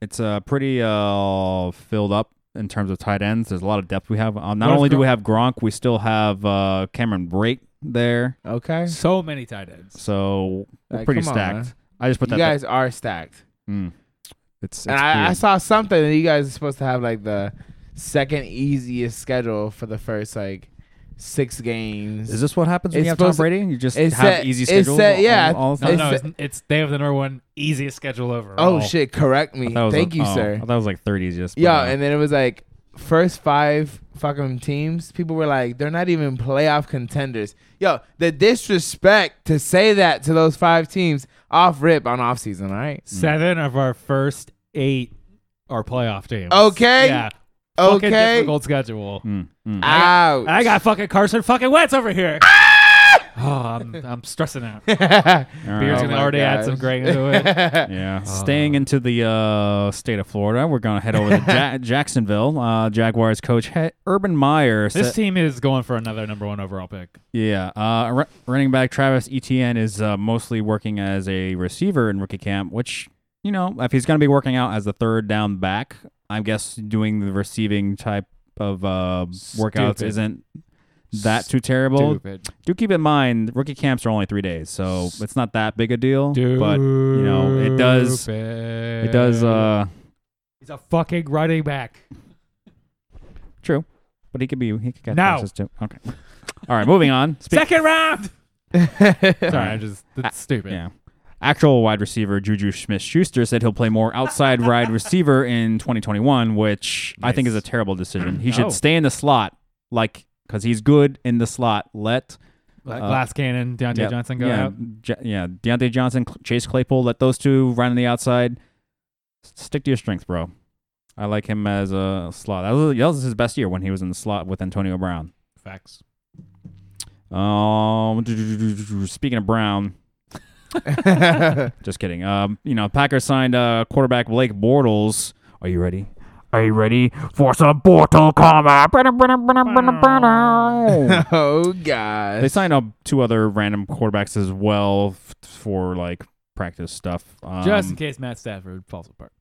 [SPEAKER 3] it's uh pretty uh filled up in terms of tight ends. There's a lot of depth we have. Um, not
[SPEAKER 2] What if
[SPEAKER 3] only do
[SPEAKER 2] Gron-
[SPEAKER 3] we have Gronk, we still have uh Cameron Brake there,
[SPEAKER 1] okay.
[SPEAKER 2] So many tight ends.
[SPEAKER 3] so we're
[SPEAKER 1] Like,
[SPEAKER 3] pretty
[SPEAKER 1] come on,
[SPEAKER 3] stacked.
[SPEAKER 1] man.
[SPEAKER 3] I just put
[SPEAKER 1] you
[SPEAKER 3] that.
[SPEAKER 1] guys are stacked.
[SPEAKER 3] Mm. It's, it's
[SPEAKER 1] and I, I
[SPEAKER 3] weird.
[SPEAKER 1] saw something that you guys are supposed to have like the second easiest schedule for the first like six games.
[SPEAKER 3] Is this what happens when
[SPEAKER 1] It's
[SPEAKER 3] you have Tom
[SPEAKER 1] supposed to-
[SPEAKER 3] Brady? You just have
[SPEAKER 1] it's set-
[SPEAKER 3] easy
[SPEAKER 1] it's
[SPEAKER 3] schedule.
[SPEAKER 1] set- yeah,
[SPEAKER 3] all, all the
[SPEAKER 2] No,
[SPEAKER 3] time?
[SPEAKER 2] no,
[SPEAKER 1] It's-
[SPEAKER 2] it's, it's they have the number one easiest schedule over.
[SPEAKER 1] oh shit! Correct me.
[SPEAKER 3] I thought it was
[SPEAKER 1] Thank
[SPEAKER 3] like-
[SPEAKER 1] you,
[SPEAKER 3] oh, I
[SPEAKER 1] sir.
[SPEAKER 3] thought it was like 30s. Just but,
[SPEAKER 1] Yeah,
[SPEAKER 3] uh,
[SPEAKER 1] and then it was like first five fucking teams. People were like, they're not even playoff contenders. Yo, the disrespect to say that to those five teams off rip on off season. All right.
[SPEAKER 3] Mm.
[SPEAKER 2] Seven of our first eight are playoff teams.
[SPEAKER 1] Okay.
[SPEAKER 2] Yeah. Fucking
[SPEAKER 1] Okay.
[SPEAKER 2] difficult schedule.
[SPEAKER 3] mm, mm.
[SPEAKER 1] Ouch.
[SPEAKER 2] I got fucking Carson fucking Wentz over here.
[SPEAKER 1] Ah!
[SPEAKER 2] oh, I'm, I'm stressing out.
[SPEAKER 3] All right.
[SPEAKER 2] Beer's
[SPEAKER 1] Oh
[SPEAKER 2] gonna
[SPEAKER 1] my
[SPEAKER 2] already add
[SPEAKER 1] gosh.
[SPEAKER 2] some grain to it.
[SPEAKER 3] Yeah, Oh. staying into the uh, state of Florida, we're gonna head over to ja- Jacksonville. Uh, Jaguars coach he- Urban Meyer.
[SPEAKER 2] This
[SPEAKER 3] said-
[SPEAKER 2] team is going for another number one overall pick.
[SPEAKER 3] yeah, uh, ru- running back Travis Etienne is uh, mostly working as a receiver in rookie camp, which you know, if he's gonna be working out as the third down back, I guess doing the receiving type of uh, workouts
[SPEAKER 2] Stupid.
[SPEAKER 3] isn't that too terrible.
[SPEAKER 2] Stupid.
[SPEAKER 3] do keep in mind rookie camps are only three days, so it's not that big a deal. But you know, it does it does uh
[SPEAKER 2] He's a fucking running back.
[SPEAKER 3] true. But he could be he could get
[SPEAKER 2] No.
[SPEAKER 3] passes too. Okay. All right, moving on. Speak-
[SPEAKER 2] Second round. Sorry,
[SPEAKER 3] I
[SPEAKER 2] I'm just that's stupid.
[SPEAKER 3] yeah. Actual wide receiver Juju Smith Schuster said he'll play more outside wide receiver in 2021, which I think is a
[SPEAKER 2] Nice.
[SPEAKER 3] terrible decision. He
[SPEAKER 2] Oh.
[SPEAKER 3] should stay in the slot, like, because he's good in the slot. Let
[SPEAKER 2] Let
[SPEAKER 3] Uh,
[SPEAKER 2] Glass Cannon, Deontay
[SPEAKER 3] Yeah,
[SPEAKER 2] Johnson go
[SPEAKER 3] yeah,
[SPEAKER 2] out.
[SPEAKER 3] Ja- yeah, Deontay Johnson, Cl- Chase Claypool, let those two run on the outside. S- Stick to your strength, bro. I like him as a slot. That was, that was his best year when he was in the slot with Antonio Brown.
[SPEAKER 2] Facts.
[SPEAKER 3] Um, speaking of Brown, just kidding. Um, you know, Packers signed uh, quarterback Blake Bortles. Are you ready? Are you ready for some Bortle combat?
[SPEAKER 1] oh
[SPEAKER 3] They
[SPEAKER 1] god.
[SPEAKER 3] signed up two other random quarterbacks as well f- for like practice stuff. Um,
[SPEAKER 2] just in case Matt Stafford falls apart.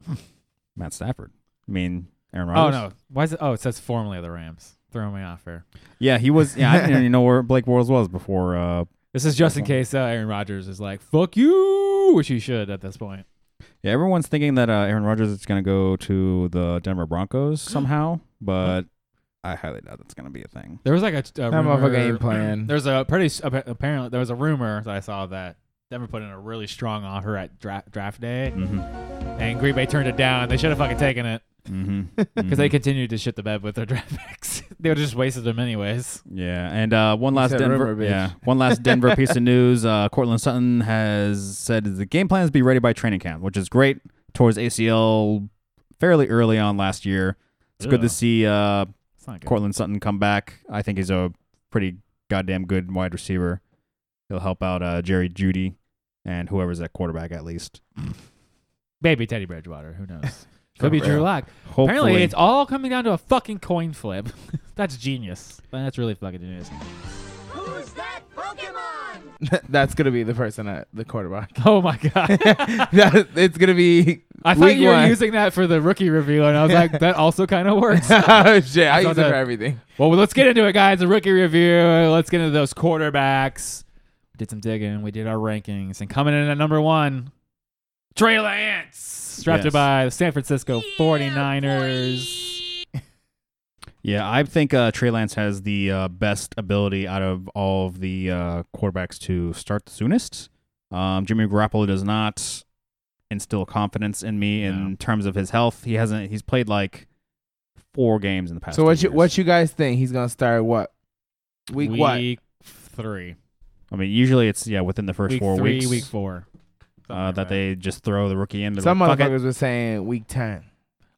[SPEAKER 3] Matt Stafford. I mean, Aaron
[SPEAKER 2] Oh
[SPEAKER 3] Rodgers.
[SPEAKER 2] no. Why is it oh it says formerly of the Rams. Throwing me off here.
[SPEAKER 3] Yeah, he was. Yeah, I didn't even know where Blake Bortles was before. Uh,
[SPEAKER 2] This is just in case uh, Aaron Rodgers is like, fuck you which he should at this point.
[SPEAKER 3] yeah, everyone's thinking that uh, Aaron Rodgers is going to go to the Denver Broncos somehow, but I highly doubt that's going to be a thing.
[SPEAKER 2] There was like a, a
[SPEAKER 1] That motherfucker
[SPEAKER 2] rumor-
[SPEAKER 1] ain't playing.
[SPEAKER 2] There's a pretty s- appa- apparently there was a rumor that I saw that Denver put in a really strong offer at draft draft day, and Green Bay turned it down. They should have fucking taken it
[SPEAKER 3] Mm-hmm.
[SPEAKER 2] because they continued to shit the bed with their draft picks. they would have just wasted them anyways.
[SPEAKER 3] Yeah, and uh, one last
[SPEAKER 1] said
[SPEAKER 3] Denver.
[SPEAKER 1] rumor, bitch.
[SPEAKER 3] yeah, one last Denver piece of news. Uh, Cortland Sutton has said the game plan is be ready by training camp, which is great. Tore his ACL fairly early on last year. It's good
[SPEAKER 2] Ugh.
[SPEAKER 3] to see uh,
[SPEAKER 2] It's not good.
[SPEAKER 3] Cortland Sutton come back. I think he's a pretty goddamn good wide receiver. He'll help out uh, Jerry Judy and whoever's at quarterback at least.
[SPEAKER 2] Maybe Teddy Bridgewater. Who knows?
[SPEAKER 1] For
[SPEAKER 2] Could be
[SPEAKER 1] real.
[SPEAKER 2] Drew Lock.
[SPEAKER 3] Hopefully,
[SPEAKER 2] Apparently, it's all coming down to a fucking coin flip. That's genius. That's really fucking genius.
[SPEAKER 5] Who's that Pokemon?
[SPEAKER 1] That's gonna be the person at the quarterback.
[SPEAKER 2] Oh my god!
[SPEAKER 1] That- it's gonna be.
[SPEAKER 2] I thought
[SPEAKER 1] week
[SPEAKER 2] you were
[SPEAKER 1] one.
[SPEAKER 2] using that for the rookie review, and I was like, that also kind of works.
[SPEAKER 1] oh shit! I use it for
[SPEAKER 2] that.
[SPEAKER 1] everything.
[SPEAKER 2] Well, let's get into it, guys. The rookie review. Let's get into those quarterbacks. We did some digging. We did our rankings, and coming in at number one, Trey Lance, drafted
[SPEAKER 3] Yes.
[SPEAKER 2] by the San Francisco 49ers.
[SPEAKER 3] yeah. I think uh, Trey Lance has the uh, best ability out of all of the uh, quarterbacks to start the soonest. Um, Jimmy Garoppolo does not instill confidence in me in
[SPEAKER 2] No.
[SPEAKER 3] terms of his health. He hasn't. He's played like four games in the past.
[SPEAKER 1] So
[SPEAKER 3] two
[SPEAKER 1] what you
[SPEAKER 3] years.
[SPEAKER 1] what you guys think? He's gonna start what week? what
[SPEAKER 2] Week three.
[SPEAKER 3] I mean, usually it's yeah within the first
[SPEAKER 2] week
[SPEAKER 3] four
[SPEAKER 2] three,
[SPEAKER 3] weeks
[SPEAKER 2] week four.
[SPEAKER 3] uh, that they just throw the rookie in. They're
[SPEAKER 1] Some
[SPEAKER 3] like, "Fuck it."
[SPEAKER 1] motherfuckers were saying week ten.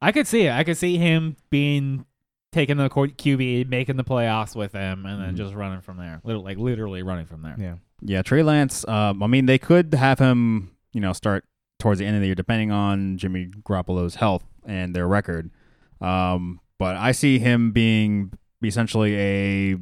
[SPEAKER 2] I could see it. I could see him being taking the court QB, making the playoffs with him, and then
[SPEAKER 3] Mhm.
[SPEAKER 2] just running from there. Lit- like literally running from there.
[SPEAKER 1] Yeah.
[SPEAKER 3] Yeah, Trey Lance. Um, I mean, they could have him, you know, start towards the end of the year, depending on Jimmy Garoppolo's health and their record. Um, but I see him being essentially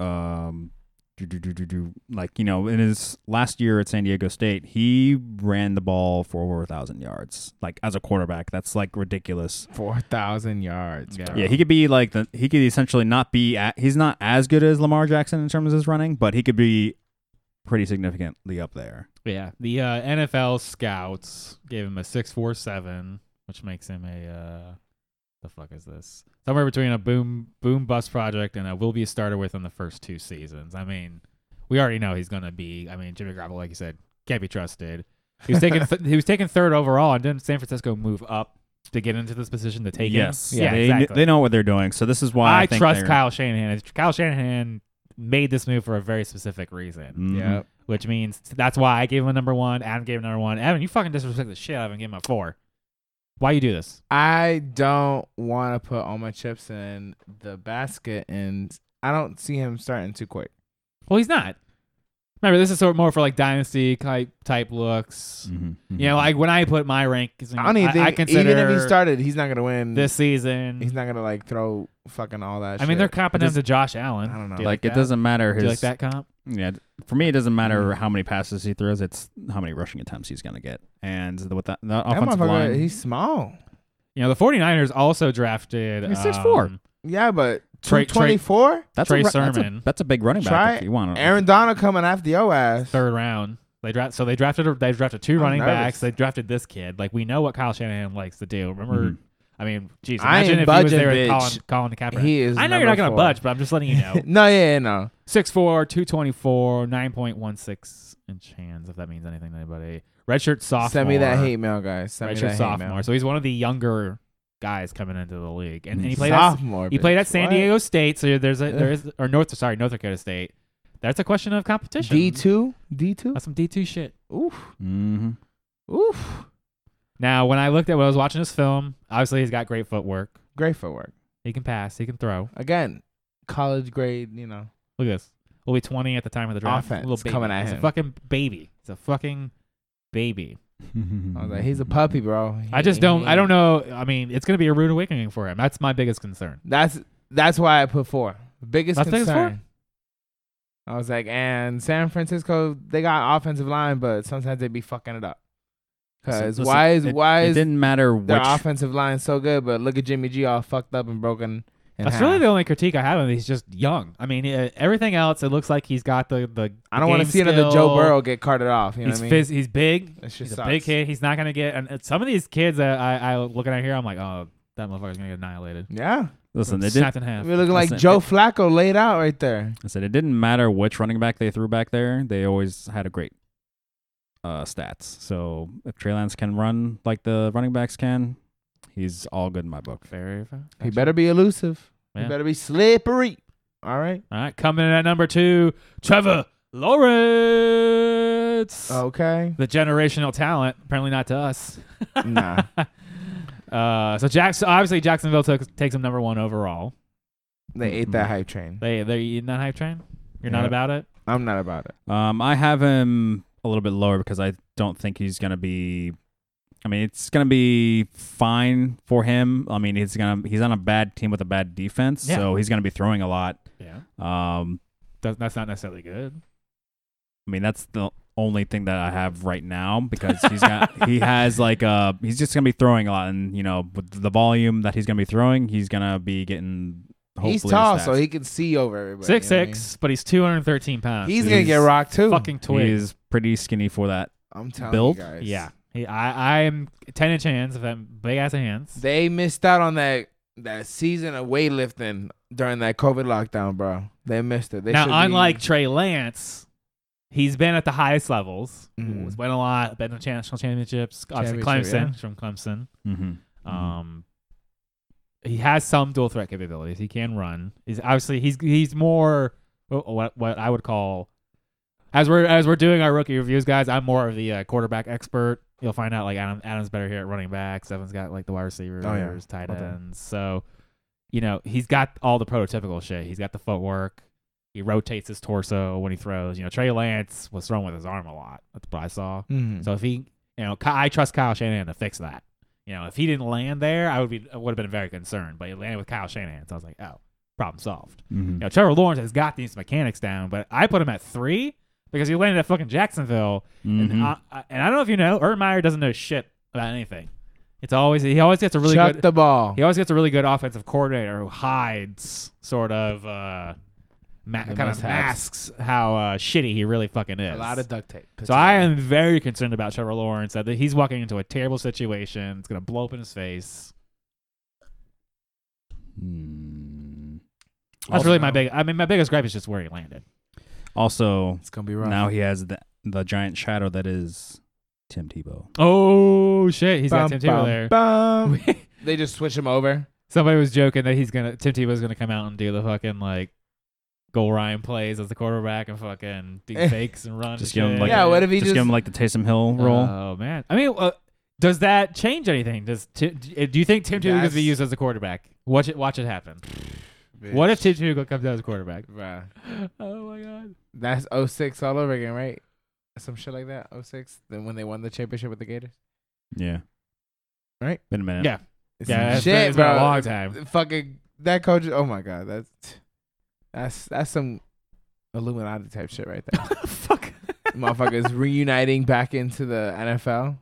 [SPEAKER 3] a, um, do, do, do, do, do, like you know, in his last year at San Diego State, he ran the ball for over a thousand yards, like as a quarterback. That's like ridiculous.
[SPEAKER 1] Four thousand yards.
[SPEAKER 2] Yeah.
[SPEAKER 1] bro.
[SPEAKER 3] Yeah, he could be like the he could essentially not be at, he's not as good as Lamar Jackson in terms of his running, but he could be pretty significantly up there.
[SPEAKER 2] Yeah. The uh, NFL scouts gave him a six four seven, which makes him a uh, the fuck is this? Somewhere between a boom boom bust project and a will be a starter within the first two seasons. I mean, we already know he's gonna be. I mean, Jimmy Garoppolo, like you said, can't be trusted. He was taken. Th- he was taken third overall, and didn't San Francisco move up to get into this position to take
[SPEAKER 3] yes,
[SPEAKER 2] him?
[SPEAKER 3] yeah, they,
[SPEAKER 2] exactly.
[SPEAKER 3] they know what they're doing, so this is why I,
[SPEAKER 2] I,
[SPEAKER 3] think
[SPEAKER 2] trust
[SPEAKER 3] they're-
[SPEAKER 2] Kyle Shanahan. Kyle Shanahan made this move for a very specific reason,
[SPEAKER 3] Mhm.
[SPEAKER 1] Yep.
[SPEAKER 2] which means that's why I gave him a number one. Adam gave him number one. Adam, you fucking disrespect the shit out of him. Give him a four. Why you do this?
[SPEAKER 1] I don't want to put all my chips in the basket, and I don't see him starting too quick.
[SPEAKER 2] Well, he's not. Remember, this is sort of more for like dynasty type type looks.
[SPEAKER 3] Mhm, mhm.
[SPEAKER 2] You know, like when I put my rank,
[SPEAKER 1] Mm-hmm. I don't even
[SPEAKER 2] I,
[SPEAKER 1] think
[SPEAKER 2] consider
[SPEAKER 1] even if he started, he's not gonna win.
[SPEAKER 2] this season.
[SPEAKER 1] he's not gonna like throw fucking all that.
[SPEAKER 2] I mean, they're
[SPEAKER 1] shit.
[SPEAKER 2] copping him to Josh Allen.
[SPEAKER 1] I don't know.
[SPEAKER 2] Do you
[SPEAKER 3] like it
[SPEAKER 2] that?
[SPEAKER 3] doesn't matter
[SPEAKER 2] Do
[SPEAKER 3] his
[SPEAKER 2] you like that comp?
[SPEAKER 3] yeah. For me, it doesn't matter how many passes he throws; it's how many rushing attempts he's gonna get. And the, with that, the
[SPEAKER 1] That
[SPEAKER 3] offensive
[SPEAKER 1] motherfucker,
[SPEAKER 3] line,
[SPEAKER 1] he's small.
[SPEAKER 2] You know, the 49ers also drafted
[SPEAKER 3] He's 6'4".
[SPEAKER 2] um,
[SPEAKER 1] Yeah, but
[SPEAKER 2] Trey- Uh-uh. Trey-
[SPEAKER 1] two twenty four.
[SPEAKER 3] that's
[SPEAKER 2] Trey
[SPEAKER 3] a, ru- that's a-
[SPEAKER 2] Sermon.
[SPEAKER 3] That's a, big running back.
[SPEAKER 1] Try
[SPEAKER 3] if you want
[SPEAKER 1] Aaron Donald coming after your ass.
[SPEAKER 2] third round. They draft so they drafted they drafted 2
[SPEAKER 1] I'm
[SPEAKER 2] running
[SPEAKER 1] nervous.
[SPEAKER 2] backs. They drafted this kid. Like we know what Kyle Shanahan likes to do.
[SPEAKER 1] Mm-hmm.
[SPEAKER 2] Remember,
[SPEAKER 3] Mhm.
[SPEAKER 2] I mean, geez,
[SPEAKER 1] I
[SPEAKER 2] imagine
[SPEAKER 1] ain't
[SPEAKER 2] if he was
[SPEAKER 1] budging,
[SPEAKER 2] there with
[SPEAKER 1] bitch.
[SPEAKER 2] Colin, Colin Kaepernick.
[SPEAKER 1] He is
[SPEAKER 2] I know you're not gonna
[SPEAKER 1] number four.
[SPEAKER 2] budge, but I'm just letting you know.
[SPEAKER 1] no, yeah, yeah, no.
[SPEAKER 2] 6'4", 224, 9.16 in chance if that means anything to anybody. Redshirt sophomore.
[SPEAKER 1] Send me that hate mail, guys. Send me
[SPEAKER 2] Redshirt
[SPEAKER 1] that hate
[SPEAKER 2] sophomore.
[SPEAKER 1] mail.
[SPEAKER 2] So he's one of the younger guys coming into the league, and, and he played at,
[SPEAKER 1] sophomore.
[SPEAKER 2] he played at
[SPEAKER 1] bitch.
[SPEAKER 2] San
[SPEAKER 1] What?
[SPEAKER 2] Diego State. So there's a
[SPEAKER 1] Ugh.
[SPEAKER 2] there is or North sorry North Dakota State. That's a question of competition.
[SPEAKER 1] D two, D two.
[SPEAKER 2] That's some D two shit.
[SPEAKER 1] Oof,
[SPEAKER 3] hmm
[SPEAKER 1] oof.
[SPEAKER 2] Now, when I looked at when I was watching this film, obviously he's got great footwork.
[SPEAKER 1] Great footwork.
[SPEAKER 2] He can pass. He can throw.
[SPEAKER 1] Again, college grade. You know,
[SPEAKER 2] Look at this. We'll be 20 at the time of the draft.
[SPEAKER 1] Offense
[SPEAKER 2] Little baby.
[SPEAKER 1] coming at
[SPEAKER 2] he's a
[SPEAKER 1] him.
[SPEAKER 2] fucking baby. He's a fucking baby.
[SPEAKER 3] Mm-hmm.
[SPEAKER 1] I was like, he's a puppy, bro.
[SPEAKER 2] I just don't. I don't know. I mean, it's gonna be a rude awakening for him. That's my biggest concern.
[SPEAKER 1] That's that's why I put four. Biggest
[SPEAKER 2] That's biggest
[SPEAKER 1] concern.
[SPEAKER 2] four?
[SPEAKER 1] I was like, and San Francisco, they got offensive line, but sometimes they be fucking it up. Cause
[SPEAKER 3] Listen,
[SPEAKER 1] why is
[SPEAKER 3] it,
[SPEAKER 1] why
[SPEAKER 3] it
[SPEAKER 1] is
[SPEAKER 3] didn't matter which
[SPEAKER 1] their offensive line so good? But look at Jimmy G, all fucked up and broken. in
[SPEAKER 2] That's
[SPEAKER 1] half.
[SPEAKER 2] really the only critique I have. of him. He's just young. I mean, uh, everything else, it looks like he's got the the.
[SPEAKER 1] I don't want
[SPEAKER 2] game
[SPEAKER 1] to see another
[SPEAKER 2] skill.
[SPEAKER 1] Joe Burrow get carted off. You know
[SPEAKER 2] he's
[SPEAKER 1] what I mean?
[SPEAKER 2] phys- he's big.
[SPEAKER 1] That shit
[SPEAKER 2] He's a
[SPEAKER 1] sucks.
[SPEAKER 2] big kid. He's not gonna get. And uh, some of these kids that I, I looking at here, I'm like, oh, that motherfucker's gonna get annihilated.
[SPEAKER 1] Yeah,
[SPEAKER 3] listen, it didn't
[SPEAKER 2] snapped in half.
[SPEAKER 1] we're looking like
[SPEAKER 3] Listen,
[SPEAKER 1] Joe
[SPEAKER 3] it-
[SPEAKER 1] Flacco laid out right there.
[SPEAKER 3] I said it didn't matter which running back they threw back there; they always had a great uh, stats. So if Trey Lance can run like the running backs can, he's all good in my book.
[SPEAKER 2] Very fast.
[SPEAKER 1] He better be elusive.
[SPEAKER 2] Yeah.
[SPEAKER 1] He better be slippery. All right.
[SPEAKER 2] All right, coming in at number two, Trevor Lawrence.
[SPEAKER 1] Oh. Okay.
[SPEAKER 2] The generational talent, apparently not to us.
[SPEAKER 1] nah.
[SPEAKER 2] Uh, so Jackson, obviously Jacksonville took, takes him number one overall.
[SPEAKER 1] They ate
[SPEAKER 2] Mm-hmm.
[SPEAKER 1] that hype train.
[SPEAKER 2] They they you in that hype train? You're not
[SPEAKER 3] Yeah.
[SPEAKER 2] about it.
[SPEAKER 1] I'm not about it.
[SPEAKER 3] Um, I have him a little bit lower because I don't think he's gonna be. I mean, it's gonna be fine for him. I mean, he's gonna he's on a bad team with a bad defense,
[SPEAKER 2] Yeah.
[SPEAKER 3] so he's gonna be throwing a lot.
[SPEAKER 2] Yeah,
[SPEAKER 3] Um,
[SPEAKER 2] That- that's not necessarily good.
[SPEAKER 3] I mean, that's the only thing that I have right now because he's got he has like uh he's just gonna be throwing a lot, and you know with the volume that he's gonna be throwing, he's gonna be getting. Hopefully
[SPEAKER 1] he's tall,
[SPEAKER 3] his
[SPEAKER 1] so
[SPEAKER 3] stats.
[SPEAKER 1] he can see over everybody.
[SPEAKER 2] Six
[SPEAKER 1] you know what I mean?
[SPEAKER 2] six, but he's 213 pounds.
[SPEAKER 1] He's, gonna
[SPEAKER 3] He's
[SPEAKER 1] get rocked too.
[SPEAKER 2] fucking twig.
[SPEAKER 3] he is pretty skinny for that.
[SPEAKER 1] I'm telling
[SPEAKER 3] built.
[SPEAKER 1] you guys.
[SPEAKER 2] yeah, he, I I'm ten inch hands. If I'm big ass hands.
[SPEAKER 1] They missed out on that that season of weightlifting during that COVID lockdown, bro. They missed it. They should
[SPEAKER 2] now,
[SPEAKER 1] be-
[SPEAKER 2] unlike Trey Lance, he's been at the highest levels.
[SPEAKER 1] Mhm.
[SPEAKER 2] He's won a lot, been to national championships. Obviously,
[SPEAKER 1] Championship,
[SPEAKER 2] Clemson
[SPEAKER 1] yeah.
[SPEAKER 2] from Clemson.
[SPEAKER 3] Mm-hmm.
[SPEAKER 2] Um, he has some dual threat capabilities. He can run. He's obviously he's he's more wh- what what I would call as we're as we're doing our rookie reviews, guys, I'm more of the uh, quarterback expert. You'll find out like Adam Adam's better here at running back. Seven's got like the wide receivers,
[SPEAKER 1] Oh, yeah.
[SPEAKER 2] tight
[SPEAKER 1] Okay.
[SPEAKER 2] ends. So, you know, he's got all the prototypical shit. He's got the footwork. He rotates his torso when he throws. You know, Trey Lance was thrown with his arm a lot. That's what I saw.
[SPEAKER 1] Mhm.
[SPEAKER 2] So if he, you know, Ky- I trust Kyle Shanahan to fix that. You know, if he didn't land there, I would be I would have been very concerned. But he landed with Kyle Shanahan, so I was like, oh, problem solved.
[SPEAKER 1] Mm-hmm.
[SPEAKER 2] You know, Trevor Lawrence has got these mechanics down, but I put him at three because he landed at fucking Jacksonville,
[SPEAKER 1] Mm-hmm.
[SPEAKER 2] and I, I- and I don't know if you know, Urmeyer doesn't know shit about anything. It's always he always gets a really
[SPEAKER 1] Chuck
[SPEAKER 2] good
[SPEAKER 1] the ball.
[SPEAKER 2] he always gets a really good offensive coordinator who hides sort of uh, ma-
[SPEAKER 1] The
[SPEAKER 2] kind of
[SPEAKER 1] mishaps.
[SPEAKER 2] masks how uh, shitty he really fucking is.
[SPEAKER 1] A lot of duct tape.
[SPEAKER 2] So I am very concerned about Trevor Lawrence. That he's walking into a terrible situation. It's gonna blow up in his face.
[SPEAKER 1] Mm-hmm.
[SPEAKER 3] Mm.
[SPEAKER 2] That's really my big. I mean, my biggest gripe is just where he landed.
[SPEAKER 3] Also,
[SPEAKER 1] It's gonna be rough.
[SPEAKER 3] now he has the the giant shadow that is Tim Tebow.
[SPEAKER 2] Oh shit, he's got Tim Tebow there.
[SPEAKER 1] bum. They just switch him over.
[SPEAKER 2] Somebody was joking that he's gonna Tim Tebow's gonna come out and do the fucking like goal Ryan plays as the quarterback and fucking do fakes and run. and
[SPEAKER 3] Just give him
[SPEAKER 2] shit.
[SPEAKER 3] like
[SPEAKER 1] Yeah, what if he
[SPEAKER 3] just,
[SPEAKER 1] just- Uh,
[SPEAKER 3] give him like the Taysom Hill role?
[SPEAKER 2] Oh man, I mean, uh, does that change anything? Does Tim, do you think Tim Tebow could be
[SPEAKER 1] That's-
[SPEAKER 2] used as a quarterback? Watch it. Watch it happen. What if Tim Tebow comes out as a quarterback?
[SPEAKER 1] Bruh.
[SPEAKER 2] Oh my god.
[SPEAKER 1] That's 06 all over again, right? Some shit like that. 06. Then when they won the championship with the Gators.
[SPEAKER 3] yeah.
[SPEAKER 1] Right?
[SPEAKER 3] Wait a minute.
[SPEAKER 2] Yeah.
[SPEAKER 1] It's
[SPEAKER 2] Yeah,
[SPEAKER 1] some
[SPEAKER 2] it's been- it's been a long time.
[SPEAKER 1] Th- Fucking that coach. Oh my god, that's that's that's some Illuminati type shit right there.
[SPEAKER 2] Fuck.
[SPEAKER 1] Motherfuckers reuniting back into the NFL.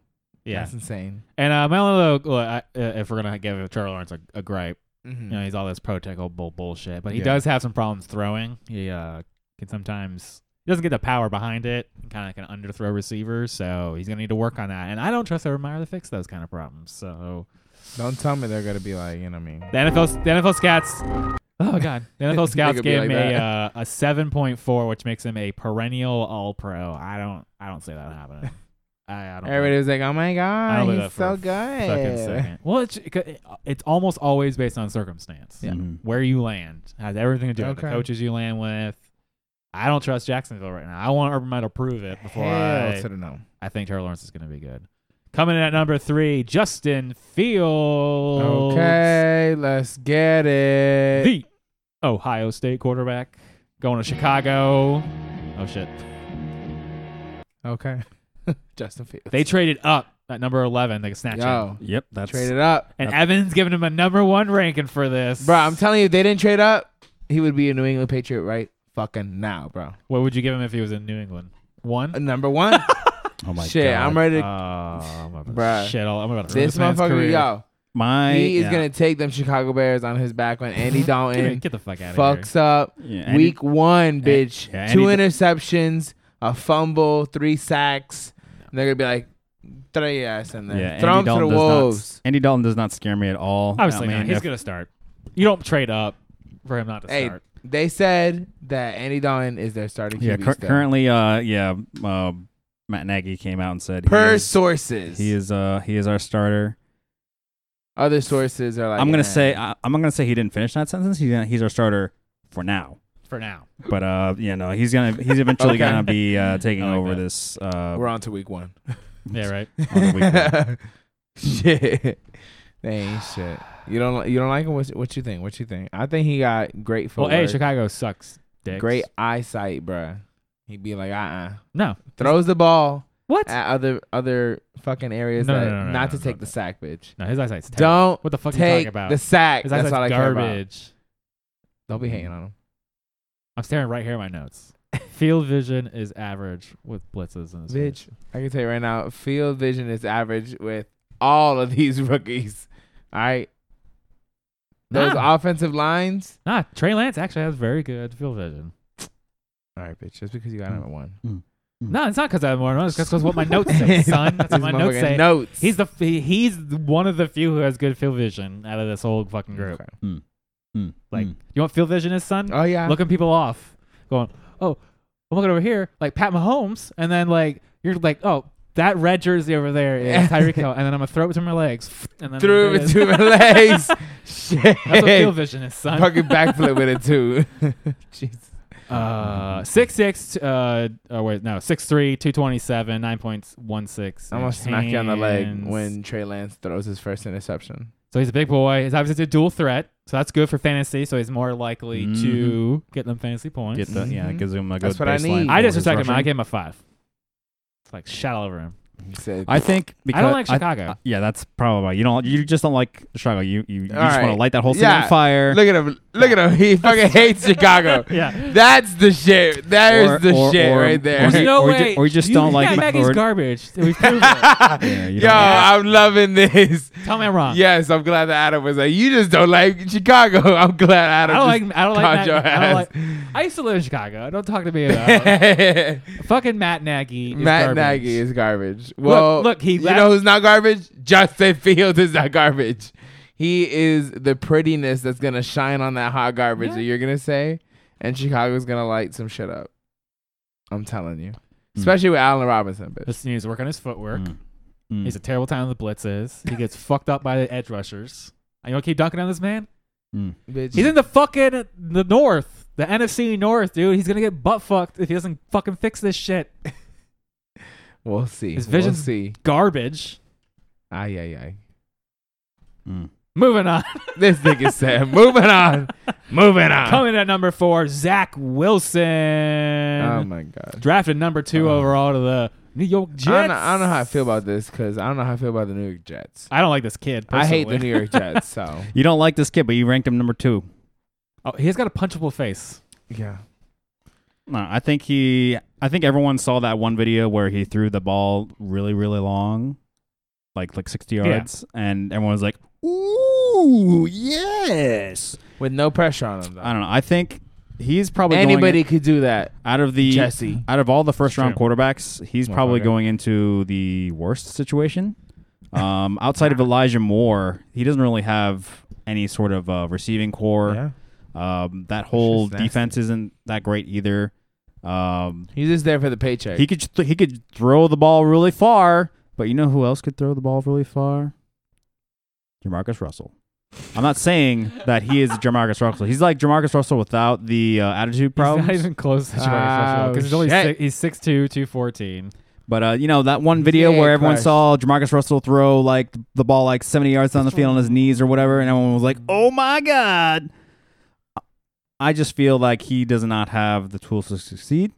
[SPEAKER 2] Yeah.
[SPEAKER 1] that's insane.
[SPEAKER 2] And uh, my only little, well, I- uh, if we're gonna give Trevor Lawrence a, a gripe,
[SPEAKER 1] Mm-hmm.
[SPEAKER 2] you know, he's all this protocol bull bullshit, but he
[SPEAKER 1] Yeah.
[SPEAKER 2] does have some problems throwing. He uh, can sometimes he doesn't get the power behind it, kind of can underthrow receivers, so he's gonna need to work on that. And I don't trust Urban Meyer to fix those kind of problems. So
[SPEAKER 1] Don't tell me they're gonna be like, you know what I mean?
[SPEAKER 2] the NFL, the NFL scouts. Oh god, the NFL scouts
[SPEAKER 1] could be
[SPEAKER 2] gave
[SPEAKER 1] like
[SPEAKER 2] him a
[SPEAKER 1] that.
[SPEAKER 2] uh, a seven point four, which makes him a perennial All Pro. I don't, I don't see that happening. I, I don't.
[SPEAKER 1] Everybody was like, oh my
[SPEAKER 2] I
[SPEAKER 1] god,
[SPEAKER 2] don't believe
[SPEAKER 1] he's
[SPEAKER 2] that for
[SPEAKER 1] so
[SPEAKER 2] a fucking
[SPEAKER 1] good.
[SPEAKER 2] second. Well, it's it's almost always based on circumstance.
[SPEAKER 1] Yeah.
[SPEAKER 3] Mhm.
[SPEAKER 2] Where you land has everything to do with the
[SPEAKER 1] Okay.
[SPEAKER 2] coaches you land with. I don't trust Jacksonville right now. I want Urban Meyer to prove it before
[SPEAKER 1] Hell
[SPEAKER 2] I,
[SPEAKER 1] to the no.
[SPEAKER 2] I think Trevor Lawrence is going to be good. Coming in at number three, Justin Fields.
[SPEAKER 1] Okay, let's get it.
[SPEAKER 2] The Ohio State quarterback going to Chicago. Oh, shit.
[SPEAKER 1] okay, Justin Fields.
[SPEAKER 2] They traded up at number 11. They snatched him.
[SPEAKER 1] Yo,
[SPEAKER 3] Yep. That's
[SPEAKER 1] trade it up,
[SPEAKER 2] And Evans giving him a number one ranking for this.
[SPEAKER 1] bro. I'm telling you, if they didn't trade up, he would be a New England Patriot right fucking now, bro. Uh,
[SPEAKER 2] What would you give him if he was in New England? One. Uh,
[SPEAKER 1] Number one.
[SPEAKER 3] Oh my
[SPEAKER 1] Shit,
[SPEAKER 3] god.
[SPEAKER 1] I'm ready.
[SPEAKER 2] Oh,
[SPEAKER 1] to
[SPEAKER 2] I'm about to
[SPEAKER 1] Bruh.
[SPEAKER 2] shit all. I'm about to ruin
[SPEAKER 1] this
[SPEAKER 2] this man's
[SPEAKER 1] motherfucker,
[SPEAKER 2] career.
[SPEAKER 1] yo,
[SPEAKER 3] My
[SPEAKER 1] he is
[SPEAKER 3] yeah.
[SPEAKER 1] gonna take them Chicago Bears on his back when Andy
[SPEAKER 2] Get, here-
[SPEAKER 1] Dalton
[SPEAKER 2] get the fuck out of here.
[SPEAKER 1] fucks up.
[SPEAKER 3] Yeah, Andy-
[SPEAKER 1] Week one, bitch.
[SPEAKER 3] yeah,
[SPEAKER 1] Two
[SPEAKER 3] Andy-
[SPEAKER 1] interceptions, a fumble, three sacks. And they're gonna be like, throw your ass in there,
[SPEAKER 3] Yeah,
[SPEAKER 1] throw
[SPEAKER 3] Andy
[SPEAKER 1] him to the
[SPEAKER 3] Dalton does not-
[SPEAKER 1] wolves.
[SPEAKER 3] Andy Dalton does not scare me at all.
[SPEAKER 1] Oh,
[SPEAKER 2] Obviously
[SPEAKER 3] I mean,
[SPEAKER 2] not. He's
[SPEAKER 3] if-
[SPEAKER 2] gonna start. You don't trade up for him not to
[SPEAKER 1] Hey,
[SPEAKER 2] start.
[SPEAKER 1] they said that Andy Dalton is their starting.
[SPEAKER 3] Yeah,
[SPEAKER 1] QB
[SPEAKER 3] cur-
[SPEAKER 1] still.
[SPEAKER 3] currently, uh, yeah, uh, Matt Nagy came out and said he
[SPEAKER 1] per
[SPEAKER 3] is-
[SPEAKER 1] sources,
[SPEAKER 3] he is uh he is our starter.
[SPEAKER 1] other sources are like,
[SPEAKER 3] I'm
[SPEAKER 1] eh.
[SPEAKER 3] gonna say
[SPEAKER 2] uh,
[SPEAKER 3] I, I'm not gonna say he didn't finish that sentence. He's gonna, he's our starter for now,
[SPEAKER 2] For now,
[SPEAKER 3] but uh you know he's gonna he's eventually
[SPEAKER 1] Okay.
[SPEAKER 3] gonna be uh taking
[SPEAKER 2] I like
[SPEAKER 3] over
[SPEAKER 2] that.
[SPEAKER 3] this uh
[SPEAKER 1] we're on to week one.
[SPEAKER 2] yeah, right.
[SPEAKER 3] on the weekend.
[SPEAKER 1] shit. They ain't shit. You don't li- you don't like him? What what you think? What you think? I think he got great
[SPEAKER 2] Well, hey,
[SPEAKER 1] footwork,
[SPEAKER 2] Chicago sucks. Dicks.
[SPEAKER 1] great eyesight, bruh. He'd be like, uh, uh
[SPEAKER 2] No.
[SPEAKER 1] throws the ball
[SPEAKER 2] What?
[SPEAKER 1] at other other fucking areas
[SPEAKER 2] No,
[SPEAKER 1] that
[SPEAKER 2] no, no, no,
[SPEAKER 1] not
[SPEAKER 2] no,
[SPEAKER 1] to take
[SPEAKER 2] no,
[SPEAKER 1] the
[SPEAKER 2] no.
[SPEAKER 1] sack, bitch.
[SPEAKER 2] no, his eyesight's terrible.
[SPEAKER 1] Don't
[SPEAKER 2] What the fuck are you
[SPEAKER 1] take
[SPEAKER 2] talking about?
[SPEAKER 1] the sack.
[SPEAKER 2] his
[SPEAKER 1] That's
[SPEAKER 2] eyesight's
[SPEAKER 1] all I care about.
[SPEAKER 2] garbage.
[SPEAKER 1] Don't be hating on him.
[SPEAKER 2] I'm staring right here at my notes. Field vision is average with blitzes and
[SPEAKER 1] Bitch, I can tell you right now, field vision is average with all of these rookies. All right, those
[SPEAKER 2] Nah,
[SPEAKER 1] offensive lines.
[SPEAKER 2] nah, Trey Lance actually has very good field vision.
[SPEAKER 1] All right, bitch, just because you got him at one.
[SPEAKER 2] No, it's not because I have more notes. That's because what my notes say, son. That's what
[SPEAKER 1] These
[SPEAKER 2] my notes
[SPEAKER 1] motherfucking
[SPEAKER 2] say.
[SPEAKER 1] Notes.
[SPEAKER 2] He's the he- he's one of the few who has good field vision out of this whole fucking group.
[SPEAKER 1] Okay.
[SPEAKER 3] Mm,
[SPEAKER 2] Like,
[SPEAKER 3] mm.
[SPEAKER 2] you want field vision, is son?
[SPEAKER 1] Oh yeah.
[SPEAKER 2] Looking people off, going, oh, I'm looking over here, like Pat Mahomes, and then like you're like, oh, that red jersey over there is Tyreek Hill, and then I'm gonna throw it between my legs, and then
[SPEAKER 1] through
[SPEAKER 2] there it is.
[SPEAKER 1] between my legs. Shit.
[SPEAKER 2] That's what field vision is, son.
[SPEAKER 1] Fucking backflip with it too. Jesus.
[SPEAKER 2] Uh, six six. Uh, oh wait, no, six three, two twenty seven, nine point one six.
[SPEAKER 1] I'm gonna smack you on the leg when Trey Lance throws his first interception.
[SPEAKER 2] So he's a big boy. He's obviously a dual threat, so that's good for fantasy. So he's more likely to get them fantasy points.
[SPEAKER 3] Mm-hmm. Get the, Yeah,
[SPEAKER 1] Mhm.
[SPEAKER 3] gives him a good
[SPEAKER 1] That's what I
[SPEAKER 3] baseline
[SPEAKER 1] need.
[SPEAKER 2] I
[SPEAKER 3] for
[SPEAKER 2] just
[SPEAKER 3] his
[SPEAKER 2] respect him. I
[SPEAKER 3] rushing.
[SPEAKER 2] gave him a five. It's like shot all over him.
[SPEAKER 1] He said,
[SPEAKER 3] I think because
[SPEAKER 2] I don't like Chicago.
[SPEAKER 3] yeah, that's probably why. you don't you just don't like Chicago. You you, you just
[SPEAKER 1] All
[SPEAKER 3] want to
[SPEAKER 1] right.
[SPEAKER 3] light that whole thing
[SPEAKER 1] Yeah.
[SPEAKER 3] on fire.
[SPEAKER 1] "Look at him! Look at him! He fucking hates Chicago.
[SPEAKER 2] yeah.
[SPEAKER 1] That's the shit. There's
[SPEAKER 3] Or-
[SPEAKER 1] the
[SPEAKER 3] or-
[SPEAKER 1] shit
[SPEAKER 3] or-
[SPEAKER 1] right there."
[SPEAKER 3] or
[SPEAKER 2] There's
[SPEAKER 3] you-
[SPEAKER 2] no
[SPEAKER 3] or you
[SPEAKER 2] way.
[SPEAKER 3] ju- or you just
[SPEAKER 2] you,
[SPEAKER 3] don't like
[SPEAKER 2] yeah,
[SPEAKER 3] Ma-
[SPEAKER 2] Maggie's
[SPEAKER 3] or-
[SPEAKER 2] garbage. We've proven it.
[SPEAKER 1] yeah,
[SPEAKER 3] you
[SPEAKER 1] Yo,
[SPEAKER 3] don't-
[SPEAKER 1] I'm loving this.
[SPEAKER 2] Tell me I'm wrong.
[SPEAKER 1] Yes, I'm glad that Adam was like, "You just don't like Chicago." I'm glad
[SPEAKER 2] I
[SPEAKER 1] Adam.
[SPEAKER 2] don't
[SPEAKER 1] just
[SPEAKER 2] like. I don't like.
[SPEAKER 1] caught your
[SPEAKER 2] Matt, I don't
[SPEAKER 1] ass.
[SPEAKER 2] like. I used to live in Chicago. Don't talk to me about. it. Fucking Matt Nagy. Is
[SPEAKER 1] Matt
[SPEAKER 2] garbage.
[SPEAKER 1] Nagy is garbage. Well,
[SPEAKER 2] look, he
[SPEAKER 1] you
[SPEAKER 2] laugh-
[SPEAKER 1] know who's not garbage? Justin Fields is not garbage. He is the prettiness that's gonna shine on that hot garbage
[SPEAKER 2] Yeah.
[SPEAKER 1] that you're gonna say, and Chicago's gonna light some shit up. I'm telling you,
[SPEAKER 2] Hmm.
[SPEAKER 3] Hmm.
[SPEAKER 1] especially with Allen Robinson. Bitch.
[SPEAKER 2] This needs to work on his footwork.
[SPEAKER 3] Mm. Mm.
[SPEAKER 2] He's a terrible time on the blitzes. He gets fucked up by the edge rushers. And you want to keep dunking on this man?
[SPEAKER 3] Mm.
[SPEAKER 1] bitch.
[SPEAKER 2] He's in the fucking the North, the NFC North, dude. He's gonna get butt fucked if he doesn't fucking fix this shit.
[SPEAKER 1] we'll see.
[SPEAKER 2] His
[SPEAKER 1] we'll
[SPEAKER 2] vision's-
[SPEAKER 1] see.
[SPEAKER 2] Garbage.
[SPEAKER 1] Ay ay
[SPEAKER 3] Mm.
[SPEAKER 2] Moving on.
[SPEAKER 1] ay. This nigga said, "Moving on, moving on."
[SPEAKER 2] Coming at number four, Zach Wilson.
[SPEAKER 1] Oh my god.
[SPEAKER 2] Drafted number two
[SPEAKER 1] Uh.
[SPEAKER 2] overall to the New York Jets.
[SPEAKER 1] I don't, know, I don't know how I feel about this because I don't know how I feel about the New York Jets.
[SPEAKER 2] I don't like this kid.
[SPEAKER 1] I hate the
[SPEAKER 2] personally.
[SPEAKER 1] New York Jets, so
[SPEAKER 3] You don't like this kid, but you ranked him number two.
[SPEAKER 2] Oh, he's got a punchable face.
[SPEAKER 1] yeah.
[SPEAKER 3] No, I think he. I think everyone saw that one video where he threw the ball really, really long, like like sixty yards, and everyone was like, "Ooh, yes!"
[SPEAKER 1] With no pressure on him, though.
[SPEAKER 3] I don't know. I think he's probably going
[SPEAKER 1] Anybody could do that.
[SPEAKER 3] out of the
[SPEAKER 1] Jesse.
[SPEAKER 3] out of all the first round
[SPEAKER 2] true.
[SPEAKER 3] quarterbacks, he's probably
[SPEAKER 1] Motherfucker.
[SPEAKER 3] going into the worst situation. Um, outside of Elijah Moore, he doesn't really have any sort of uh, receiving core. Um, that whole
[SPEAKER 1] just nasty.
[SPEAKER 3] defense isn't that great either. Um,
[SPEAKER 1] He's just there for the paycheck.
[SPEAKER 3] he could th- he could throw the ball really far, but you know who else could throw the ball really far? Jamarcus Russell. I'm not saying that he is Jamarcus Russell. He's like Jamarcus Russell without the uh, attitude
[SPEAKER 2] He's not
[SPEAKER 3] problems.
[SPEAKER 2] even close to Jamarcus
[SPEAKER 1] Oh,
[SPEAKER 2] Russell because he's only six,
[SPEAKER 1] shit.
[SPEAKER 2] he's 6'2", 214.
[SPEAKER 3] But uh, you know that one video
[SPEAKER 1] Yeah,
[SPEAKER 3] where everyone
[SPEAKER 1] Christ.
[SPEAKER 3] saw Jamarcus Russell throw like the ball like 70 yards down the field on his knees or whatever, and everyone was like, "Oh my god!" I just feel like he does not have the tools to succeed.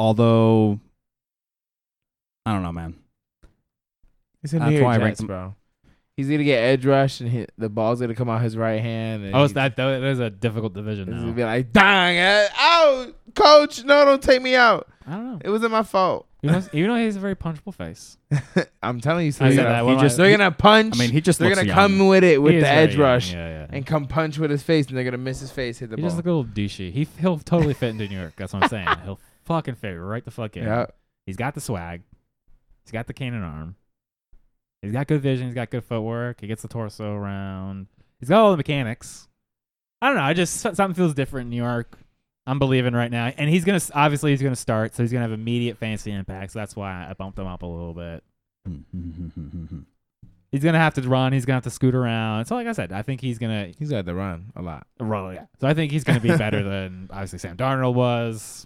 [SPEAKER 3] Although, I don't know, man.
[SPEAKER 1] he's a
[SPEAKER 3] That's
[SPEAKER 1] New York
[SPEAKER 3] why I
[SPEAKER 1] Jets,
[SPEAKER 3] ranked him-
[SPEAKER 1] bro. He's gonna get edge rushed, and hit, the ball's gonna come out his right hand. And
[SPEAKER 2] Oh, it's
[SPEAKER 1] he's-
[SPEAKER 2] that that is a difficult division
[SPEAKER 1] He's gonna
[SPEAKER 2] now.
[SPEAKER 1] be like, "Dang, eh, out, coach! No, don't take me out.
[SPEAKER 2] I don't know.
[SPEAKER 1] It wasn't my fault."
[SPEAKER 2] Even though, even though he has a very punchable face,
[SPEAKER 1] I'm telling you,
[SPEAKER 2] I
[SPEAKER 1] something.
[SPEAKER 2] said that.
[SPEAKER 1] He
[SPEAKER 2] One
[SPEAKER 1] just,
[SPEAKER 2] of my-
[SPEAKER 1] they're gonna punch.
[SPEAKER 3] I mean, he just
[SPEAKER 1] they're
[SPEAKER 3] looks
[SPEAKER 1] gonna
[SPEAKER 3] young.
[SPEAKER 1] come with it with
[SPEAKER 2] He is
[SPEAKER 1] the
[SPEAKER 2] very
[SPEAKER 1] edge
[SPEAKER 2] young.
[SPEAKER 1] rush
[SPEAKER 2] Yeah, yeah.
[SPEAKER 1] and come punch with his face, and they're gonna miss his face, hit the
[SPEAKER 2] he
[SPEAKER 1] ball.
[SPEAKER 2] just look a little douchey. He he'll totally fit into New York. That's what I'm saying. He'll fucking fit right the fuck in.
[SPEAKER 1] yeah,
[SPEAKER 2] He's got the swag. He's got the cannon arm. He's got good vision. He's got good footwork. He gets the torso around. He's got all the mechanics. I don't know. I just something feels different in New York. I'm believing right now, and he's gonna obviously he's gonna start, so he's gonna have immediate fantasy impact. So that's why I bumped him up a little bit. He's gonna have to run. He's gonna have to scoot around. So like I said, I think he's gonna
[SPEAKER 1] he's got to run a lot.
[SPEAKER 2] Right. So I think he's going to be better than obviously Sam Darnold was.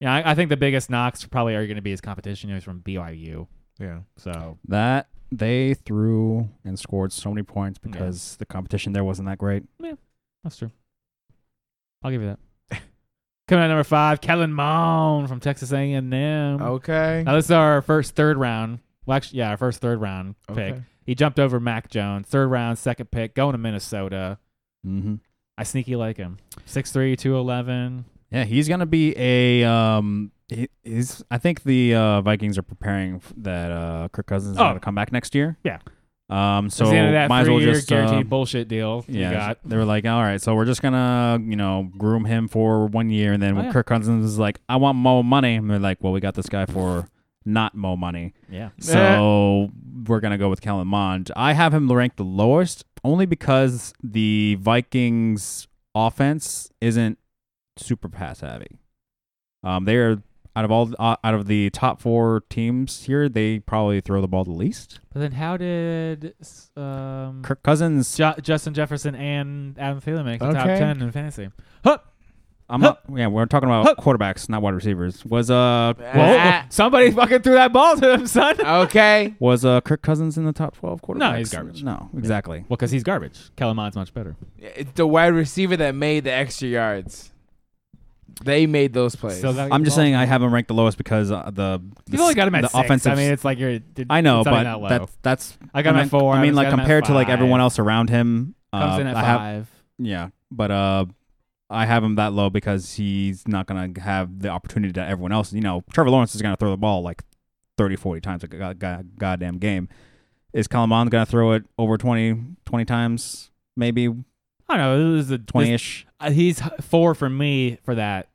[SPEAKER 2] Yeah, I, I think the biggest knocks probably are going to be his competition. He was from BYU,
[SPEAKER 1] Yeah,
[SPEAKER 2] so
[SPEAKER 3] That they threw and scored so many points because the competition there wasn't that great.
[SPEAKER 2] that's true. I'll give you that. Coming at number five, Kellen Mond from Texas A&M.
[SPEAKER 1] okay,
[SPEAKER 2] Now this is our first third round. Well, actually, yeah, our first third round
[SPEAKER 1] okay.
[SPEAKER 2] pick. He jumped over Mac Jones. Third round, second pick, going to Minnesota.
[SPEAKER 3] Mm-hmm.
[SPEAKER 2] I sneaky like him. 6'3", 211.
[SPEAKER 3] Yeah, he's gonna be a. Um, he, he's. I think the uh, Vikings are preparing f- that uh, Kirk Cousins is
[SPEAKER 2] Oh.
[SPEAKER 3] going to come back next year.
[SPEAKER 2] Yeah.
[SPEAKER 3] Um. So
[SPEAKER 2] It's the end of that
[SPEAKER 3] might as well
[SPEAKER 2] three-year
[SPEAKER 3] just
[SPEAKER 2] guaranteed
[SPEAKER 3] uh,
[SPEAKER 2] bullshit deal. you
[SPEAKER 3] yeah.
[SPEAKER 2] got.
[SPEAKER 3] They were like, all right, so we're just gonna you know groom him for one year, and then
[SPEAKER 2] Oh,
[SPEAKER 3] when
[SPEAKER 2] yeah.
[SPEAKER 3] Kirk Cousins is like, I want more money, and they're like, well, we got this guy for not more money.
[SPEAKER 2] Yeah.
[SPEAKER 3] So we're gonna go with Kellen Mond. I have him ranked the lowest only because the Vikings offense isn't super pass heavy. Um, they are out of all uh, out of the top four teams here, they probably throw the ball the least.
[SPEAKER 2] But then how did s- um,
[SPEAKER 3] Kirk Cousins.
[SPEAKER 2] Ju- Justin Jefferson and Adam Thielen make the top
[SPEAKER 1] Okay.
[SPEAKER 2] 10 in fantasy? Huh.
[SPEAKER 3] I'm not. Yeah, we're talking about
[SPEAKER 2] Huh.
[SPEAKER 3] quarterbacks, not wide receivers. Was uh
[SPEAKER 2] Well, somebody fucking threw that ball to him, son. Well,
[SPEAKER 1] Okay.
[SPEAKER 3] was uh Kirk Cousins in the top twelve quarterbacks?
[SPEAKER 2] No, he's garbage.
[SPEAKER 3] No, exactly.
[SPEAKER 2] because he's garbage. Kellerman's much better.
[SPEAKER 1] It's the wide receiver that made the extra yards. They made those plays.
[SPEAKER 2] Still gotta get
[SPEAKER 3] I'm
[SPEAKER 2] the
[SPEAKER 3] just
[SPEAKER 2] ball.
[SPEAKER 3] saying I have him ranked the lowest because uh, the
[SPEAKER 2] You've
[SPEAKER 3] the,
[SPEAKER 2] only got him at
[SPEAKER 3] the
[SPEAKER 2] six.
[SPEAKER 3] offensive.
[SPEAKER 2] I mean, it's like you're. It,
[SPEAKER 3] I know,
[SPEAKER 2] it's not even that
[SPEAKER 3] but
[SPEAKER 2] low.
[SPEAKER 3] that, that's
[SPEAKER 2] I got him
[SPEAKER 3] mean,
[SPEAKER 2] at four.
[SPEAKER 3] I mean, like
[SPEAKER 2] got him at
[SPEAKER 3] compared to like
[SPEAKER 2] five.
[SPEAKER 3] everyone else around him,
[SPEAKER 2] comes
[SPEAKER 3] uh,
[SPEAKER 2] in at
[SPEAKER 3] I have
[SPEAKER 2] five.
[SPEAKER 3] yeah, but uh, I have him that low because he's not gonna have the opportunity that everyone else. You know, Trevor Lawrence is gonna throw the ball like 30, 40 times a go- go- goddamn game. Is Kalamon gonna throw it over 20, 20 times? Maybe
[SPEAKER 2] I don't know. This is a
[SPEAKER 3] twenty
[SPEAKER 2] this-
[SPEAKER 3] ish.
[SPEAKER 2] uh, He's h- four for me for that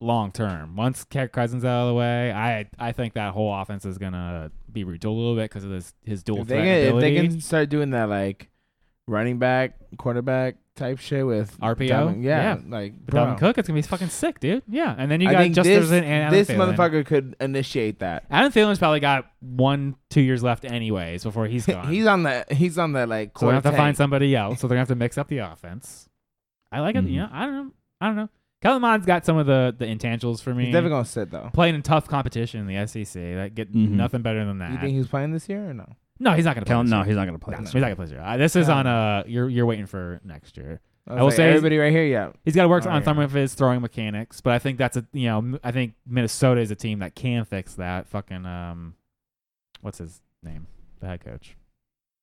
[SPEAKER 2] long term. Once Kirk Cousins out of the way, I I think that whole offense is gonna be reduced a little bit because of this his dual
[SPEAKER 1] if they,
[SPEAKER 2] threat
[SPEAKER 1] can, if they
[SPEAKER 2] ability.
[SPEAKER 1] can start doing that, like running back, quarterback type shit with
[SPEAKER 2] RPO?
[SPEAKER 1] Dalvin- yeah,
[SPEAKER 2] Yeah.
[SPEAKER 1] like
[SPEAKER 2] But Dalvin
[SPEAKER 1] bro.
[SPEAKER 2] Cook, it's gonna be fucking sick, dude. Yeah, and then you
[SPEAKER 1] I
[SPEAKER 2] got
[SPEAKER 1] think
[SPEAKER 2] Justin
[SPEAKER 1] this,
[SPEAKER 2] and Adam
[SPEAKER 1] this
[SPEAKER 2] Thielen.
[SPEAKER 1] motherfucker could initiate that.
[SPEAKER 2] Adam Thielen's probably got one, two years left anyways before he's gone.
[SPEAKER 1] he's on that. He's on that like.
[SPEAKER 2] so they have to
[SPEAKER 1] quartet.
[SPEAKER 2] find somebody else. So they're gonna have to mix up the offense. I like it.
[SPEAKER 1] Mm-hmm.
[SPEAKER 3] Mhm.
[SPEAKER 2] You know, I don't know. I don't know. Kellerman's got some of the the intangibles for me.
[SPEAKER 1] He's never gonna sit though.
[SPEAKER 2] playing in tough competition in the SEC. Like, get
[SPEAKER 3] Mhm.
[SPEAKER 2] nothing better than that.
[SPEAKER 1] You think he's playing this year or no?
[SPEAKER 2] no, he's not gonna play.
[SPEAKER 3] Cal-
[SPEAKER 2] this
[SPEAKER 3] no,
[SPEAKER 2] year.
[SPEAKER 3] he's not gonna play.
[SPEAKER 2] No,
[SPEAKER 3] this.
[SPEAKER 2] he's not gonna play this year. Uh, this is
[SPEAKER 1] No.
[SPEAKER 2] on uh, you're you're waiting for next year.
[SPEAKER 1] I,
[SPEAKER 2] will
[SPEAKER 1] will
[SPEAKER 2] say-
[SPEAKER 1] say everybody right here. Yeah,
[SPEAKER 2] He's got to work
[SPEAKER 1] Oh,
[SPEAKER 2] on
[SPEAKER 1] yeah.
[SPEAKER 2] some of his throwing mechanics, but I think that's a you know m- I think Minnesota is a team that can fix that. Fucking um, what's his name? The head coach.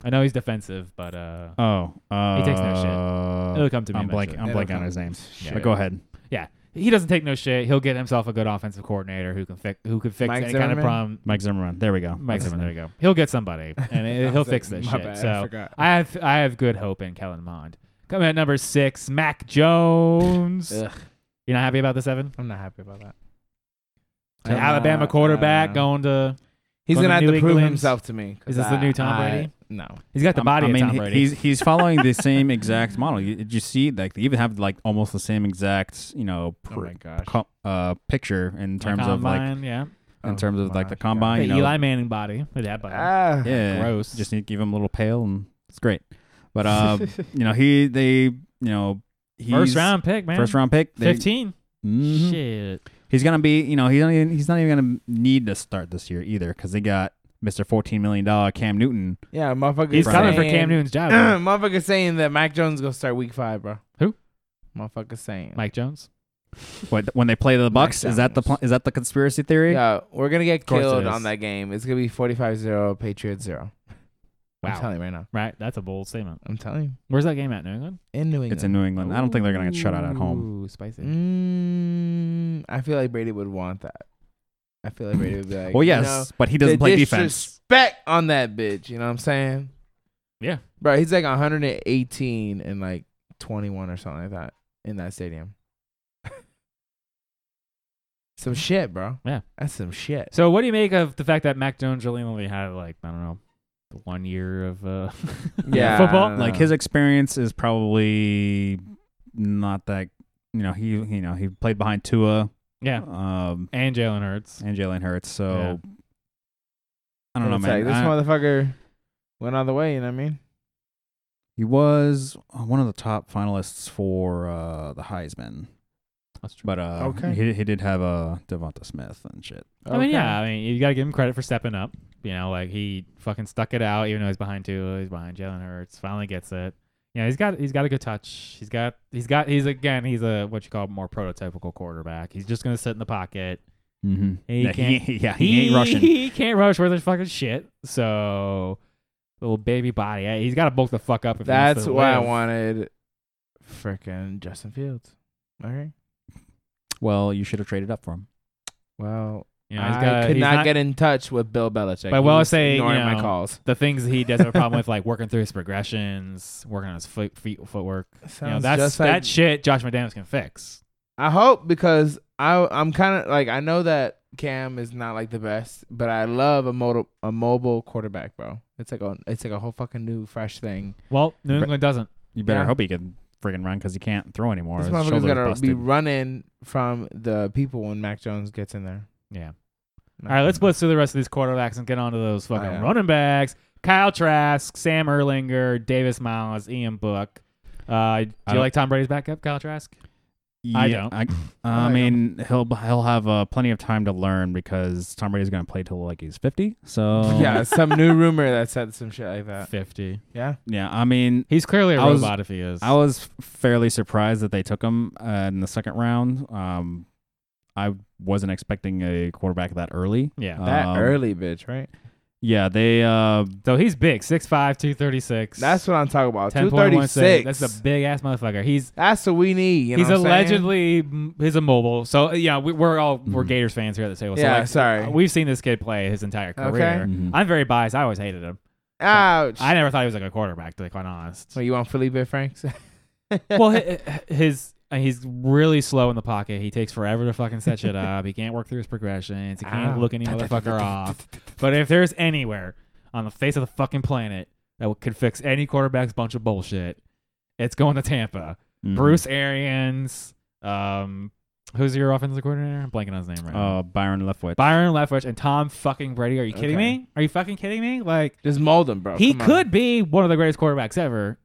[SPEAKER 2] I know he's defensive, but uh,
[SPEAKER 3] Oh, uh,
[SPEAKER 2] He takes no shit. it'll come to me.
[SPEAKER 3] Oh, I'm blank.
[SPEAKER 2] eventually.
[SPEAKER 3] I'm
[SPEAKER 1] It'll
[SPEAKER 3] blanking on
[SPEAKER 1] come.
[SPEAKER 3] his name.
[SPEAKER 1] Shit.
[SPEAKER 3] But go ahead.
[SPEAKER 2] he doesn't take no shit. He'll get himself a good offensive coordinator who can fix who could fix
[SPEAKER 1] Mike
[SPEAKER 2] any kind of
[SPEAKER 1] Zimmerman?
[SPEAKER 2] problem.
[SPEAKER 3] Mike Zimmerman. There we go.
[SPEAKER 2] Mike
[SPEAKER 3] That's his
[SPEAKER 2] Zimmerman, there
[SPEAKER 3] name.
[SPEAKER 2] you go. He'll get somebody and it-
[SPEAKER 1] I
[SPEAKER 2] he'll
[SPEAKER 1] was
[SPEAKER 2] fix
[SPEAKER 1] like,
[SPEAKER 2] this
[SPEAKER 1] my
[SPEAKER 2] shit.
[SPEAKER 1] bad, I
[SPEAKER 2] so
[SPEAKER 1] forgot.
[SPEAKER 2] I have I have good hope in Kellen Mond. Coming at number six, Mac Jones.
[SPEAKER 1] Ugh.
[SPEAKER 2] You're not happy about this, Evan?
[SPEAKER 1] I'm not happy about that.
[SPEAKER 2] An
[SPEAKER 1] I'm
[SPEAKER 2] Alabama
[SPEAKER 1] not-
[SPEAKER 2] quarterback
[SPEAKER 1] uh,
[SPEAKER 2] going to
[SPEAKER 1] He's
[SPEAKER 2] going
[SPEAKER 1] gonna
[SPEAKER 2] to
[SPEAKER 1] have
[SPEAKER 2] New
[SPEAKER 1] to prove
[SPEAKER 2] England.
[SPEAKER 1] himself to me. 'cause
[SPEAKER 2] Is this the
[SPEAKER 1] I-
[SPEAKER 2] new Tom
[SPEAKER 1] I-
[SPEAKER 2] Brady?
[SPEAKER 1] No.
[SPEAKER 2] he's got the
[SPEAKER 3] I'm-
[SPEAKER 2] body
[SPEAKER 3] I
[SPEAKER 2] of
[SPEAKER 3] mean,
[SPEAKER 2] Tom
[SPEAKER 3] he-
[SPEAKER 2] Brady.
[SPEAKER 3] he's he's following the same exact model. You, did you see? Like they even have like almost the same exact you know
[SPEAKER 1] Oh my
[SPEAKER 3] pr-
[SPEAKER 1] gosh.
[SPEAKER 3] co- uh, picture in terms of like
[SPEAKER 2] Combine, yeah,
[SPEAKER 3] in terms of like the
[SPEAKER 1] Oh my
[SPEAKER 3] combine.
[SPEAKER 2] the
[SPEAKER 3] You know,
[SPEAKER 2] Eli Manning body, the dad body.
[SPEAKER 1] Ah.
[SPEAKER 3] yeah,
[SPEAKER 2] gross.
[SPEAKER 3] Just need to give him a little pail and it's great. But uh, you know he they you know he's
[SPEAKER 2] first round pick, man.
[SPEAKER 3] first round pick they-
[SPEAKER 2] 15
[SPEAKER 3] Mhm.
[SPEAKER 2] Shit.
[SPEAKER 3] He's gonna be, you know, he's not even, he's not even gonna need to start this year either because they got Mister fourteen million dollar Cam Newton.
[SPEAKER 1] Yeah, motherfucker.
[SPEAKER 2] He's coming for
[SPEAKER 1] saying-
[SPEAKER 2] Cam Newton's job. though.
[SPEAKER 1] motherfucker saying that Mac Jones gonna start week five, bro.
[SPEAKER 2] Who?
[SPEAKER 1] Motherfucker saying.
[SPEAKER 2] Mike Jones.
[SPEAKER 3] What when they play the Bucks? Is that the pl- is that the conspiracy theory?
[SPEAKER 1] Yeah, we're gonna get
[SPEAKER 2] course it
[SPEAKER 1] killed
[SPEAKER 2] is.
[SPEAKER 1] on that game. It's gonna be 45-0, Patriots zero. I'm
[SPEAKER 2] Wow.
[SPEAKER 1] telling you right now.
[SPEAKER 2] Right, that's a bold statement.
[SPEAKER 1] I'm telling you.
[SPEAKER 2] Where's that game at? New England.
[SPEAKER 1] In New England.
[SPEAKER 3] It's in New England. I don't think they're gonna get shut out at home.
[SPEAKER 2] Ooh, spicy.
[SPEAKER 1] Mm, I feel like Brady would want that. I feel like Brady would be like,
[SPEAKER 3] Well,
[SPEAKER 1] you
[SPEAKER 3] yes,
[SPEAKER 1] know,
[SPEAKER 3] but he doesn't
[SPEAKER 1] the
[SPEAKER 3] play defense.
[SPEAKER 1] Disrespect on that bitch. You know what I'm saying?
[SPEAKER 2] Yeah.
[SPEAKER 1] Bro, he's like 118 and like 21 or something like that in that stadium. some shit, bro.
[SPEAKER 2] Yeah.
[SPEAKER 1] That's some shit.
[SPEAKER 2] So, what do you make of the fact that Mac Jones really only had like I don't know, the one year of uh,
[SPEAKER 1] Yeah.
[SPEAKER 2] football?
[SPEAKER 1] Uh,
[SPEAKER 3] Like his experience is probably not that. You know, he you know he played behind Tua,
[SPEAKER 2] Yeah,
[SPEAKER 3] um,
[SPEAKER 2] and Jalen Hurts.
[SPEAKER 3] and Jalen Hurts. So
[SPEAKER 2] Yeah.
[SPEAKER 3] I don't know,
[SPEAKER 1] It's like,
[SPEAKER 3] man.
[SPEAKER 1] this
[SPEAKER 3] I-
[SPEAKER 1] motherfucker went all the way, you know what I mean?
[SPEAKER 3] he was uh, one of the top finalists for uh, the Heisman.
[SPEAKER 2] That's true.
[SPEAKER 3] But uh,
[SPEAKER 1] Okay.
[SPEAKER 3] he he did have uh, Devonta Smith and shit.
[SPEAKER 2] I mean,
[SPEAKER 1] Okay.
[SPEAKER 2] yeah, I mean, you gotta give him credit for stepping up. You know, like he fucking stuck it out, even though he's behind Tua, he's behind Jalen Hurts. Finally gets it. You know, he's got he's got a good touch. He's got he's got he's again he's a what you call more prototypical quarterback. He's just gonna sit in the pocket.
[SPEAKER 3] Mm-hmm.
[SPEAKER 2] He
[SPEAKER 3] yeah,
[SPEAKER 2] can't-
[SPEAKER 3] he, yeah, he ain't rushing.
[SPEAKER 2] He can't rush where there's fucking shit. So little baby body, yeah, he's got to bulk the fuck up. If he wants
[SPEAKER 1] That's
[SPEAKER 2] to
[SPEAKER 1] why I
[SPEAKER 2] live.
[SPEAKER 1] wanted freaking Justin Fields. Okay.
[SPEAKER 3] Well, you should have traded up for him.
[SPEAKER 1] Well,
[SPEAKER 2] You know, he's
[SPEAKER 1] I
[SPEAKER 2] gotta-
[SPEAKER 1] could
[SPEAKER 2] he's
[SPEAKER 1] not, get in touch with Bill Belichick.
[SPEAKER 2] But
[SPEAKER 1] He
[SPEAKER 2] what I
[SPEAKER 1] was
[SPEAKER 2] say, you
[SPEAKER 1] ignoring
[SPEAKER 2] know,
[SPEAKER 1] my calls.
[SPEAKER 2] the things that he does have a problem with, like working through his progressions, working on his foot, feet, footwork. You know,
[SPEAKER 1] Sounds
[SPEAKER 2] that's
[SPEAKER 1] just like-
[SPEAKER 2] that shit. Josh McDaniels can fix.
[SPEAKER 1] I hope because I I'm kind of like I know that Cam is not like the best, but I love a mobile a mobile quarterback, bro. It's like a it's like a whole fucking new fresh thing.
[SPEAKER 2] Well, New
[SPEAKER 3] Right.
[SPEAKER 2] England doesn't.
[SPEAKER 3] You better
[SPEAKER 1] Yeah.
[SPEAKER 3] hope he can friggin' run because he can't throw anymore.
[SPEAKER 1] this
[SPEAKER 3] His
[SPEAKER 1] motherfucker's
[SPEAKER 3] shoulder's
[SPEAKER 1] gonna be
[SPEAKER 3] busted.
[SPEAKER 1] running from the people when Mac Jones gets in there.
[SPEAKER 2] Yeah. All right, let's blitz through the rest of these quarterbacks and get on to those fucking
[SPEAKER 1] yeah.
[SPEAKER 2] running backs. Kyle Trask, Sam Erlinger, Davis Miles, Ian Book. Uh, do you
[SPEAKER 3] don't-
[SPEAKER 2] like Tom Brady's backup, Kyle Trask? I
[SPEAKER 3] Yeah,
[SPEAKER 2] don't.
[SPEAKER 3] I,
[SPEAKER 1] I
[SPEAKER 3] I mean, he'll he'll have uh, plenty of time to learn because Tom Brady's going to play till like he's fifty. So
[SPEAKER 1] yeah, some new rumor that said some shit like that.
[SPEAKER 2] Fifty.
[SPEAKER 1] Yeah.
[SPEAKER 3] yeah. I mean,
[SPEAKER 2] He's clearly a
[SPEAKER 3] I was-
[SPEAKER 2] robot if he is.
[SPEAKER 3] I was fairly surprised that they took him uh, in the second round. Um, I wasn't expecting a quarterback that early.
[SPEAKER 2] yeah.
[SPEAKER 3] Uh,
[SPEAKER 1] That
[SPEAKER 3] Um,
[SPEAKER 1] early bitch, right?
[SPEAKER 3] Yeah, they uh,
[SPEAKER 2] so he's big, 6'5", 236.
[SPEAKER 1] That's what I'm talking about. Two
[SPEAKER 2] 10.16.
[SPEAKER 1] thirty-six.
[SPEAKER 2] That's a big ass motherfucker. He's
[SPEAKER 1] That's what we need. You know
[SPEAKER 2] he's
[SPEAKER 1] what I'm saying?
[SPEAKER 2] allegedly m- he's a mobile. So uh, yeah, we, we're all we're
[SPEAKER 3] Mhm.
[SPEAKER 2] Gators fans here at the table.
[SPEAKER 1] Yeah,
[SPEAKER 2] so, like, uh,
[SPEAKER 1] sorry.
[SPEAKER 2] We've seen this kid play his entire career.
[SPEAKER 3] Mhm.
[SPEAKER 2] I'm very biased. I always hated him.
[SPEAKER 1] Ouch.
[SPEAKER 2] I never thought he was like a quarterback. To be quite honest.
[SPEAKER 1] Wait, you want Felipe Franks?
[SPEAKER 2] well, hi- his uh, he's really slow in the pocket. He takes forever to fucking set shit up. He can't work through his progressions. He can't
[SPEAKER 1] Ow.
[SPEAKER 2] look any motherfucker off. But if there's anywhere on the face of the fucking planet that would- could fix any quarterback's bunch of bullshit, it's going to Tampa.
[SPEAKER 1] Mm-hmm.
[SPEAKER 3] mhm.
[SPEAKER 2] Bruce Arians. Um, who's your offensive coordinator? I'm blanking on his name right now.
[SPEAKER 1] Oh.
[SPEAKER 3] uh, Byron Leftwich.
[SPEAKER 2] Byron Leftwich and Tom fucking Brady. Are you kidding
[SPEAKER 1] Okay.
[SPEAKER 2] me? Are you fucking kidding me? Like
[SPEAKER 1] Just mold him, bro.
[SPEAKER 2] he
[SPEAKER 1] Come on.
[SPEAKER 2] could be one of the greatest quarterbacks ever,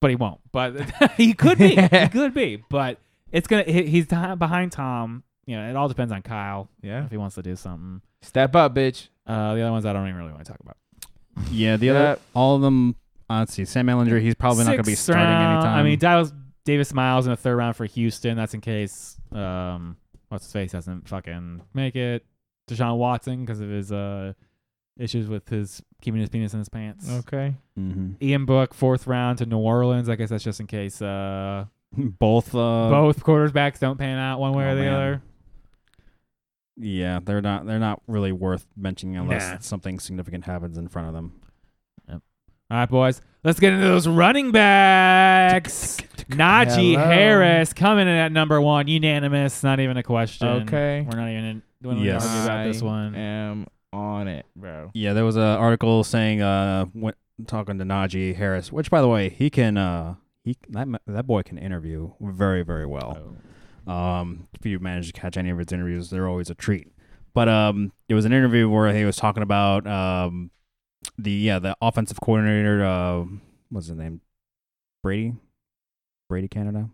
[SPEAKER 2] but he won't. But he could be. he could be. But it's gonna. He, he's ti- behind Tom. You know, it all depends on Kyle
[SPEAKER 1] Yeah.
[SPEAKER 2] if he wants to do something.
[SPEAKER 1] Step up, bitch.
[SPEAKER 2] Uh, the other ones I don't even really want to talk about.
[SPEAKER 3] Yeah, the other all of them. Uh, let's see, Sam Ellinger. He's probably not going to be
[SPEAKER 2] Sixth
[SPEAKER 3] starting
[SPEAKER 2] round,
[SPEAKER 3] anytime.
[SPEAKER 2] I mean, Dallas Davis Miles in the third round for Houston. That's in case um, what's his face doesn't fucking make it. Deshaun Watson because of his uh issues with his keeping his penis in his pants.
[SPEAKER 1] Okay.
[SPEAKER 3] Mhm.
[SPEAKER 2] Ian Book fourth round to New Orleans. I guess that's just in case uh
[SPEAKER 3] both. Uh,
[SPEAKER 2] both quarterbacks don't pan out one way
[SPEAKER 3] oh,
[SPEAKER 2] or the
[SPEAKER 3] man.
[SPEAKER 2] other.
[SPEAKER 3] Yeah, they're not. They're not really worth mentioning unless
[SPEAKER 2] Nah.
[SPEAKER 3] something significant happens in front of them.
[SPEAKER 2] All right, boys, let's get into those running backs. Najee
[SPEAKER 1] Hello.
[SPEAKER 2] Harris coming in at number one, unanimous, not even a question.
[SPEAKER 1] Okay.
[SPEAKER 2] we're not even in, we're not
[SPEAKER 3] Yes.
[SPEAKER 2] even arguing about this one.
[SPEAKER 1] I am on it, bro.
[SPEAKER 3] Yeah, there was an article saying uh, when, talking to Najee Harris, which by the way, he can uh, he that ma- that boy can interview very very
[SPEAKER 2] Oh,
[SPEAKER 3] well.
[SPEAKER 1] Oh.
[SPEAKER 3] Um, if you manage to catch any of his interviews, they're always a treat. But um, it was an interview where he was talking about um, the yeah the offensive coordinator uh, what's his name Brady Brady Canada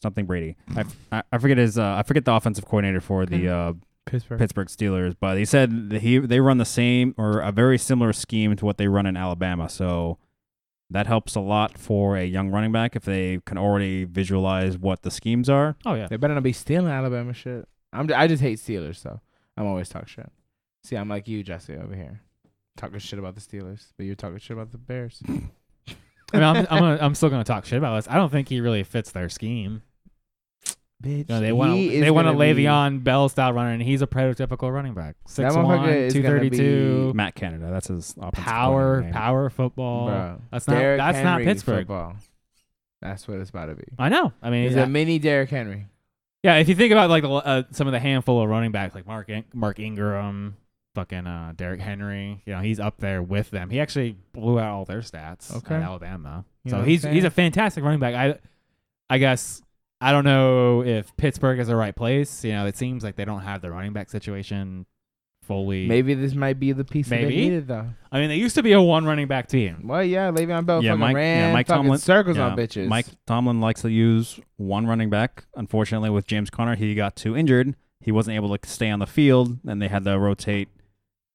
[SPEAKER 3] something Brady I, I, I forget his uh, I forget the offensive coordinator for the uh,
[SPEAKER 1] Pittsburgh.
[SPEAKER 3] Pittsburgh Steelers, but he said that he they run the same or a very similar scheme to what they run in Alabama. So that helps a lot for a young running back if they can already visualize what the schemes are.
[SPEAKER 2] Oh yeah,
[SPEAKER 1] They better not be stealing Alabama shit. I'm. Just, I just hate Steelers, so I'm always talking shit. See, I'm like you, Jesse, over here, talking shit about the Steelers, but you're talking shit about the Bears.
[SPEAKER 2] I mean, I'm I'm, gonna, I'm still gonna talk shit about this. I don't think he really fits their scheme.
[SPEAKER 1] Bitch,
[SPEAKER 2] You know, they want
[SPEAKER 1] he is
[SPEAKER 2] they want a
[SPEAKER 1] gonna be-
[SPEAKER 2] Le'Veon Bell style runner, and he's a prototypical running back.
[SPEAKER 1] That
[SPEAKER 2] Six one,
[SPEAKER 1] motherfucker is
[SPEAKER 2] two
[SPEAKER 1] gonna
[SPEAKER 2] thirty
[SPEAKER 1] be-
[SPEAKER 2] two,
[SPEAKER 3] Matt Canada, that's his offensive
[SPEAKER 2] power
[SPEAKER 3] coordinator name.
[SPEAKER 2] power football.
[SPEAKER 1] Bro,
[SPEAKER 2] That's not
[SPEAKER 1] Derrick
[SPEAKER 2] that's
[SPEAKER 1] Henry
[SPEAKER 2] not Pittsburgh.
[SPEAKER 1] football. That's what it's about to be.
[SPEAKER 2] I know. I mean,
[SPEAKER 1] He's
[SPEAKER 2] yeah,
[SPEAKER 1] a mini Derrick Henry.
[SPEAKER 2] yeah, if you think about like the, uh, some of the handful of running backs like Mark In- Mark Ingram, fucking uh, Derrick Henry, you know, he's up there with them. He actually blew out all their stats
[SPEAKER 1] Okay.
[SPEAKER 2] at Alabama.
[SPEAKER 1] You know
[SPEAKER 2] so
[SPEAKER 1] what
[SPEAKER 2] he's
[SPEAKER 1] I'm
[SPEAKER 2] he's
[SPEAKER 1] saying?
[SPEAKER 2] a fantastic running back. I I guess I don't know if Pittsburgh is the right place. You know, it seems like they don't have the running back situation fully.
[SPEAKER 1] Maybe this might be the piece that they
[SPEAKER 2] Maybe.
[SPEAKER 1] needed, though.
[SPEAKER 2] I mean, they used to be a one running back team.
[SPEAKER 1] Well, yeah, Le'Veon Bell
[SPEAKER 3] Yeah,
[SPEAKER 1] fucking
[SPEAKER 3] Mike,
[SPEAKER 1] ran
[SPEAKER 3] yeah, Mike
[SPEAKER 1] fucking
[SPEAKER 3] Tomlin
[SPEAKER 1] circles
[SPEAKER 3] yeah,
[SPEAKER 1] on bitches.
[SPEAKER 3] Mike Tomlin likes to use one running back. Unfortunately, with James Conner, he got too injured. He wasn't able to stay on the field, and they had to rotate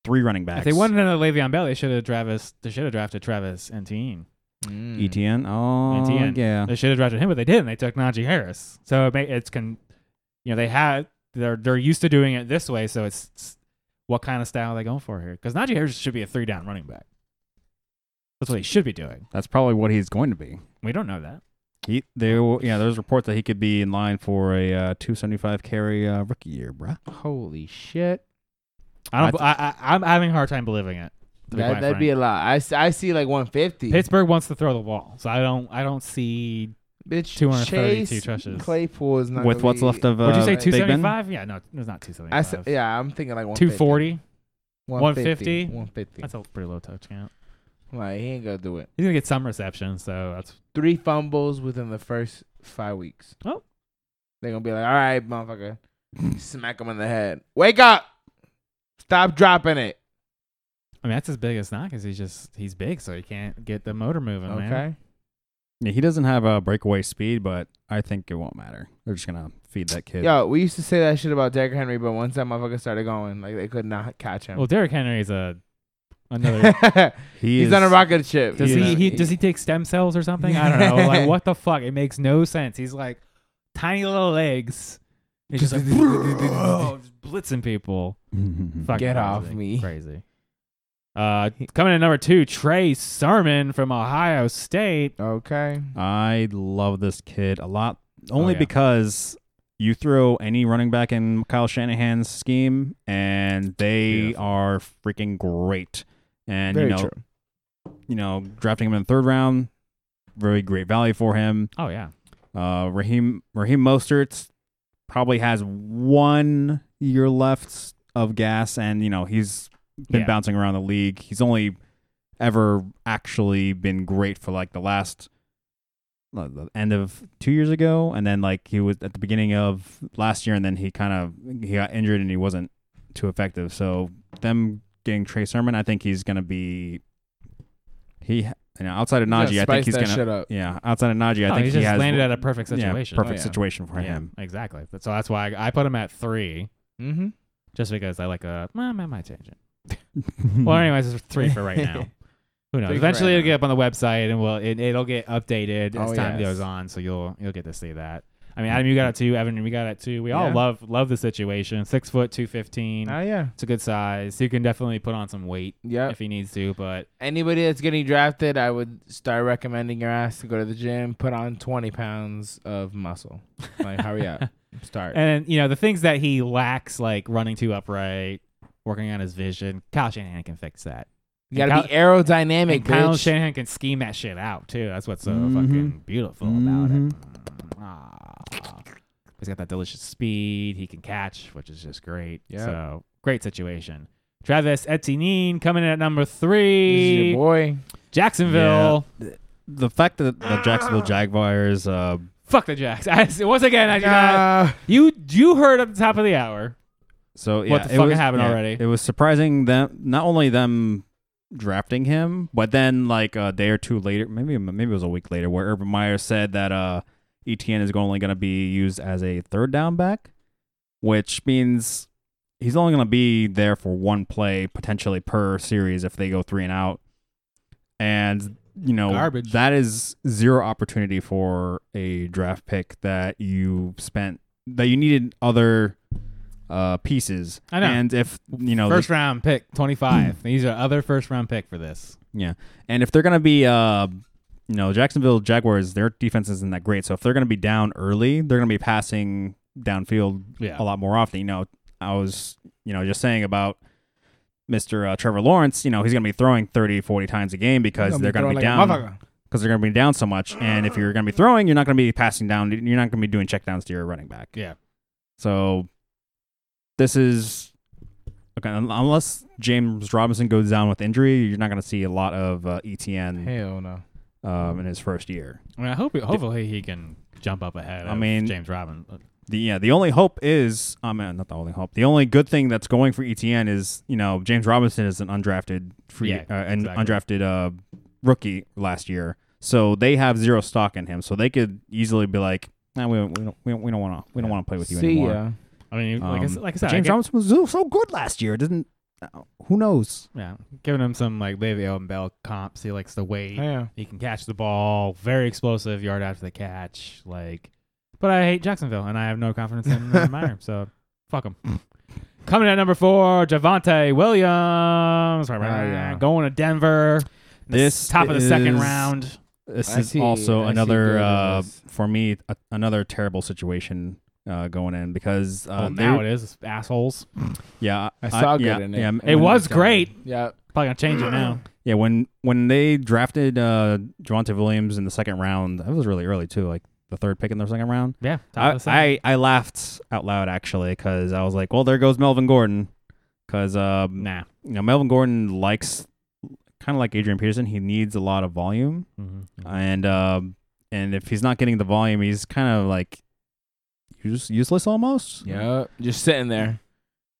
[SPEAKER 3] three running backs.
[SPEAKER 2] If they wanted another Le'Veon Bell, they should have Travis. They should have drafted Travis Etienne.
[SPEAKER 1] Mm.
[SPEAKER 3] ETN. Oh,
[SPEAKER 2] ETN.
[SPEAKER 3] yeah.
[SPEAKER 2] They should have drafted him, but they didn't. They took Najee Harris. So it may, it's can, you know, they had they're they're used to doing it this way. So it's, it's what kind of style are they going for here? Because Najee Harris should be a three down running back. That's what he should be doing.
[SPEAKER 3] That's probably what he's going to be.
[SPEAKER 2] We don't know that.
[SPEAKER 3] He there were- yeah, there's reports that he could be in line for a uh, 275 carry uh, rookie year, bruh.
[SPEAKER 1] Holy shit.
[SPEAKER 2] I
[SPEAKER 3] I
[SPEAKER 2] don't.
[SPEAKER 3] th-
[SPEAKER 2] I, I, I'm having a hard time believing it. to be
[SPEAKER 1] That,
[SPEAKER 2] quite
[SPEAKER 1] that'd be a
[SPEAKER 2] frank.
[SPEAKER 1] lot. I, s- I see like 150.
[SPEAKER 2] Pittsburgh wants to throw the ball, so I don't. I don't see.
[SPEAKER 1] Bitch,
[SPEAKER 2] 232
[SPEAKER 1] Chase
[SPEAKER 2] touches.
[SPEAKER 1] Claypool is not
[SPEAKER 3] With
[SPEAKER 1] gonna
[SPEAKER 3] what's
[SPEAKER 1] be-
[SPEAKER 3] left of uh,
[SPEAKER 2] Would you say
[SPEAKER 3] Big Ben?
[SPEAKER 2] 275? Yeah, no, it's not
[SPEAKER 1] I s-
[SPEAKER 2] 275.
[SPEAKER 1] yeah, I'm thinking like 150.
[SPEAKER 2] 240.
[SPEAKER 1] 150.
[SPEAKER 2] 150?
[SPEAKER 1] 150.
[SPEAKER 2] That's a pretty low touch count.
[SPEAKER 1] like, he ain't going to do it.
[SPEAKER 2] He's gonna get some reception, so that's
[SPEAKER 1] Three fumbles within the first five weeks.
[SPEAKER 2] Oh.
[SPEAKER 1] They're going to be like, all right, motherfucker. Smack him in the head. Wake up. Stop dropping it.
[SPEAKER 2] I mean, that's his biggest knock is he's just he's big, so he can't get the motor moving, Oh, man.
[SPEAKER 1] Okay.
[SPEAKER 3] Yeah, he doesn't have a breakaway speed, but I think it won't matter. They're just gonna feed that kid.
[SPEAKER 1] Yo, we used to say that shit about Derrick Henry, but once that motherfucker started going, like they could not catch him.
[SPEAKER 2] Well, Derrick Henry is a another.
[SPEAKER 1] He's
[SPEAKER 3] he is,
[SPEAKER 1] on a rocket ship.
[SPEAKER 2] Does
[SPEAKER 3] He
[SPEAKER 2] he,
[SPEAKER 3] is-
[SPEAKER 2] he does he take stem cells or something? I don't know. Like what the fuck? It makes no sense. He's like tiny little legs. He's just like oh, just blitzing people.
[SPEAKER 3] Hmm.
[SPEAKER 2] Fucking
[SPEAKER 1] Get
[SPEAKER 2] crazy.
[SPEAKER 1] off me.
[SPEAKER 2] Crazy. Uh, coming in number two, Trey Sermon from Ohio State.
[SPEAKER 1] Okay.
[SPEAKER 3] I love this kid a lot, only
[SPEAKER 2] yeah.
[SPEAKER 3] because you throw any running back in Kyle Shanahan's scheme, and they
[SPEAKER 2] Beautiful.
[SPEAKER 3] are freaking great. And
[SPEAKER 1] Very
[SPEAKER 3] you know,
[SPEAKER 1] true.
[SPEAKER 3] you know, drafting him in the third round, very great value for him.
[SPEAKER 2] Oh yeah,
[SPEAKER 3] Uh, Raheem Raheem Mostert probably has one year left of gas, and you know he's been
[SPEAKER 2] Yeah.
[SPEAKER 3] bouncing around the league. He's only ever actually been great for like the last uh, the end of two years ago, and then like he was at the beginning of last year, and then he kind of he got injured and he wasn't too effective. So them getting Trey Sermon, I think he's gonna be he. You know, outside of
[SPEAKER 1] gonna
[SPEAKER 3] Najee, I
[SPEAKER 1] spice
[SPEAKER 3] think he's
[SPEAKER 1] that
[SPEAKER 3] gonna
[SPEAKER 1] shit up.
[SPEAKER 3] yeah. Outside of Najee,
[SPEAKER 2] No,
[SPEAKER 3] I think
[SPEAKER 2] Oh, he
[SPEAKER 3] he
[SPEAKER 2] just
[SPEAKER 3] has
[SPEAKER 2] landed at a perfect situation.
[SPEAKER 3] yeah, perfect
[SPEAKER 1] yeah.
[SPEAKER 3] situation for
[SPEAKER 2] Oh, Yeah,
[SPEAKER 3] him.
[SPEAKER 2] exactly. That's- So that's why I, I put him at three,
[SPEAKER 1] Mm-hmm.
[SPEAKER 2] just because I like a. Well, I might change it. Well, anyways, it's three for right now. Who knows?
[SPEAKER 1] Three for
[SPEAKER 2] Eventually,
[SPEAKER 1] right
[SPEAKER 2] it'll
[SPEAKER 1] now.
[SPEAKER 2] get up on the website, and well, it, it'll get updated as
[SPEAKER 1] Oh,
[SPEAKER 2] time
[SPEAKER 1] yes. Mm-hmm.
[SPEAKER 2] goes on. So you'll you'll get to see that. I mean, Adam, you got it too. Evan, we got it too. We all
[SPEAKER 1] Yeah.
[SPEAKER 2] love love the situation. Six foot two fifteen.
[SPEAKER 1] Oh yeah.
[SPEAKER 2] It's a good size. He can definitely put on some weight
[SPEAKER 1] Yep.
[SPEAKER 2] if he needs to, but
[SPEAKER 1] Anybody that's getting drafted, I would start recommending your ass to go to the gym, put on twenty pounds of muscle. Like hurry up. Start.
[SPEAKER 2] and you know the things that he lacks, like running too upright, working on his vision. Kyle Shanahan can fix that.
[SPEAKER 1] You gotta
[SPEAKER 2] Kyle-
[SPEAKER 1] be aerodynamic,
[SPEAKER 2] And Kyle
[SPEAKER 1] bitch.
[SPEAKER 2] Shanahan can scheme that shit out too. That's what's so
[SPEAKER 3] Mhm.
[SPEAKER 2] fucking beautiful
[SPEAKER 3] Mhm.
[SPEAKER 2] Mm-hmm. about it. Ah. He's got that delicious speed. He can catch, which is just great.
[SPEAKER 1] Yeah.
[SPEAKER 2] So great situation. Travis Etienne coming in at number
[SPEAKER 1] This is your
[SPEAKER 2] three.
[SPEAKER 1] boy.
[SPEAKER 2] Jacksonville.
[SPEAKER 3] the fact that the Jacksonville Jaguars, uh,
[SPEAKER 2] Fuck the Jacks. I, once again, I did not,
[SPEAKER 1] Nah.
[SPEAKER 2] you you heard at the top of the hour.
[SPEAKER 3] so yeah,
[SPEAKER 2] the
[SPEAKER 3] it
[SPEAKER 2] fuck
[SPEAKER 3] was-
[SPEAKER 2] happened
[SPEAKER 3] yeah,
[SPEAKER 2] already?
[SPEAKER 3] It was surprising them, not only them drafting him, but then like a day or two later, maybe maybe it was a week later, where Urban Meyer said that uh, ETN is only going to be used as a third down back, which means he's only going to be there for one play potentially per series if they go three and out. And you know,
[SPEAKER 2] Garbage.
[SPEAKER 3] that is zero opportunity for a draft pick that you spent that you needed other uh pieces.
[SPEAKER 2] I know.
[SPEAKER 3] And if you know,
[SPEAKER 2] first round pick, twenty five. These are other first round pick for this.
[SPEAKER 3] yeah, and if they're gonna be uh, you know, Jacksonville Jaguars, their defense isn't that great. So if they're gonna be down early, they're gonna be passing downfield
[SPEAKER 2] Yeah.
[SPEAKER 3] a lot more often. You know, I was, you know, just saying about Mr. Uh, Trevor Lawrence, you know, he's going to be throwing 30, 40 times a game because they're going to be
[SPEAKER 1] throwing like a
[SPEAKER 3] down because they're going to be down so much. And if you're going to be throwing, you're not going to be passing down. You're not going to be doing checkdowns to your running back.
[SPEAKER 2] Yeah.
[SPEAKER 3] So this is okay. un- Unless James Robinson goes down with injury, you're not going to see a lot of uh, ETN
[SPEAKER 1] Hell no.
[SPEAKER 3] um, in his first year.
[SPEAKER 2] I mean, I hope hopefully he can jump up ahead.
[SPEAKER 3] I
[SPEAKER 2] of
[SPEAKER 3] mean-
[SPEAKER 2] James Robin.
[SPEAKER 3] The yeah, the only hope is I mean not the only hope. The only good thing that's going for ETN is you know James Robinson is an undrafted free
[SPEAKER 2] Yeah,
[SPEAKER 3] uh, an
[SPEAKER 2] exactly.
[SPEAKER 3] undrafted uh, rookie last year, so they have zero stock in him. So they could easily be like, nah, we, we don't we don't we don't want to we don't want to play with you
[SPEAKER 1] See uh,
[SPEAKER 3] anymore.
[SPEAKER 1] ya.
[SPEAKER 2] I mean, like I, s-
[SPEAKER 3] Um,
[SPEAKER 2] like I
[SPEAKER 3] but
[SPEAKER 2] said, I
[SPEAKER 3] James
[SPEAKER 2] get-
[SPEAKER 3] Robinson was so- so good last year. Didn't uh, who knows?
[SPEAKER 2] Yeah, giving him some like Le'Veon Bell comps. He likes the weight.
[SPEAKER 1] Yeah.
[SPEAKER 2] He can catch the ball. Very explosive yard after the catch. Like, but I hate Jacksonville, and I have no confidence in Urban Meyer. So fuck him. Coming at number four, Javante Williams.
[SPEAKER 1] yeah.
[SPEAKER 2] Going to Denver. The
[SPEAKER 3] Oh, This
[SPEAKER 2] top of the second
[SPEAKER 3] is-
[SPEAKER 2] round.
[SPEAKER 3] This
[SPEAKER 1] I
[SPEAKER 3] is
[SPEAKER 1] see-
[SPEAKER 3] also
[SPEAKER 1] I see
[SPEAKER 3] another
[SPEAKER 1] good
[SPEAKER 3] uh,
[SPEAKER 1] with this.
[SPEAKER 3] for me a, another terrible situation uh, going in because uh,
[SPEAKER 2] well, Oh, now
[SPEAKER 3] they're-
[SPEAKER 2] it is assholes.
[SPEAKER 3] yeah
[SPEAKER 1] I saw good
[SPEAKER 3] yeah,
[SPEAKER 1] in it.
[SPEAKER 3] yeah,
[SPEAKER 2] It was great.
[SPEAKER 1] Yeah.
[SPEAKER 2] Probably gonna change it now.
[SPEAKER 3] Yeah, when when they drafted uh Javante Williams in the second round, that was really early too, like the third pick in the second round.
[SPEAKER 2] Yeah, top of
[SPEAKER 3] I,
[SPEAKER 2] the second.
[SPEAKER 3] I I laughed out loud actually because I was like, well, there goes Melvin Gordon, because um,
[SPEAKER 2] nah.
[SPEAKER 3] you know Melvin Gordon likes kind of like Adrian Peterson, he needs a lot of volume,
[SPEAKER 2] Mm-hmm.
[SPEAKER 3] and um and if he's not getting the volume, he's kind of like use, useless almost.
[SPEAKER 1] Yep. Just sitting there.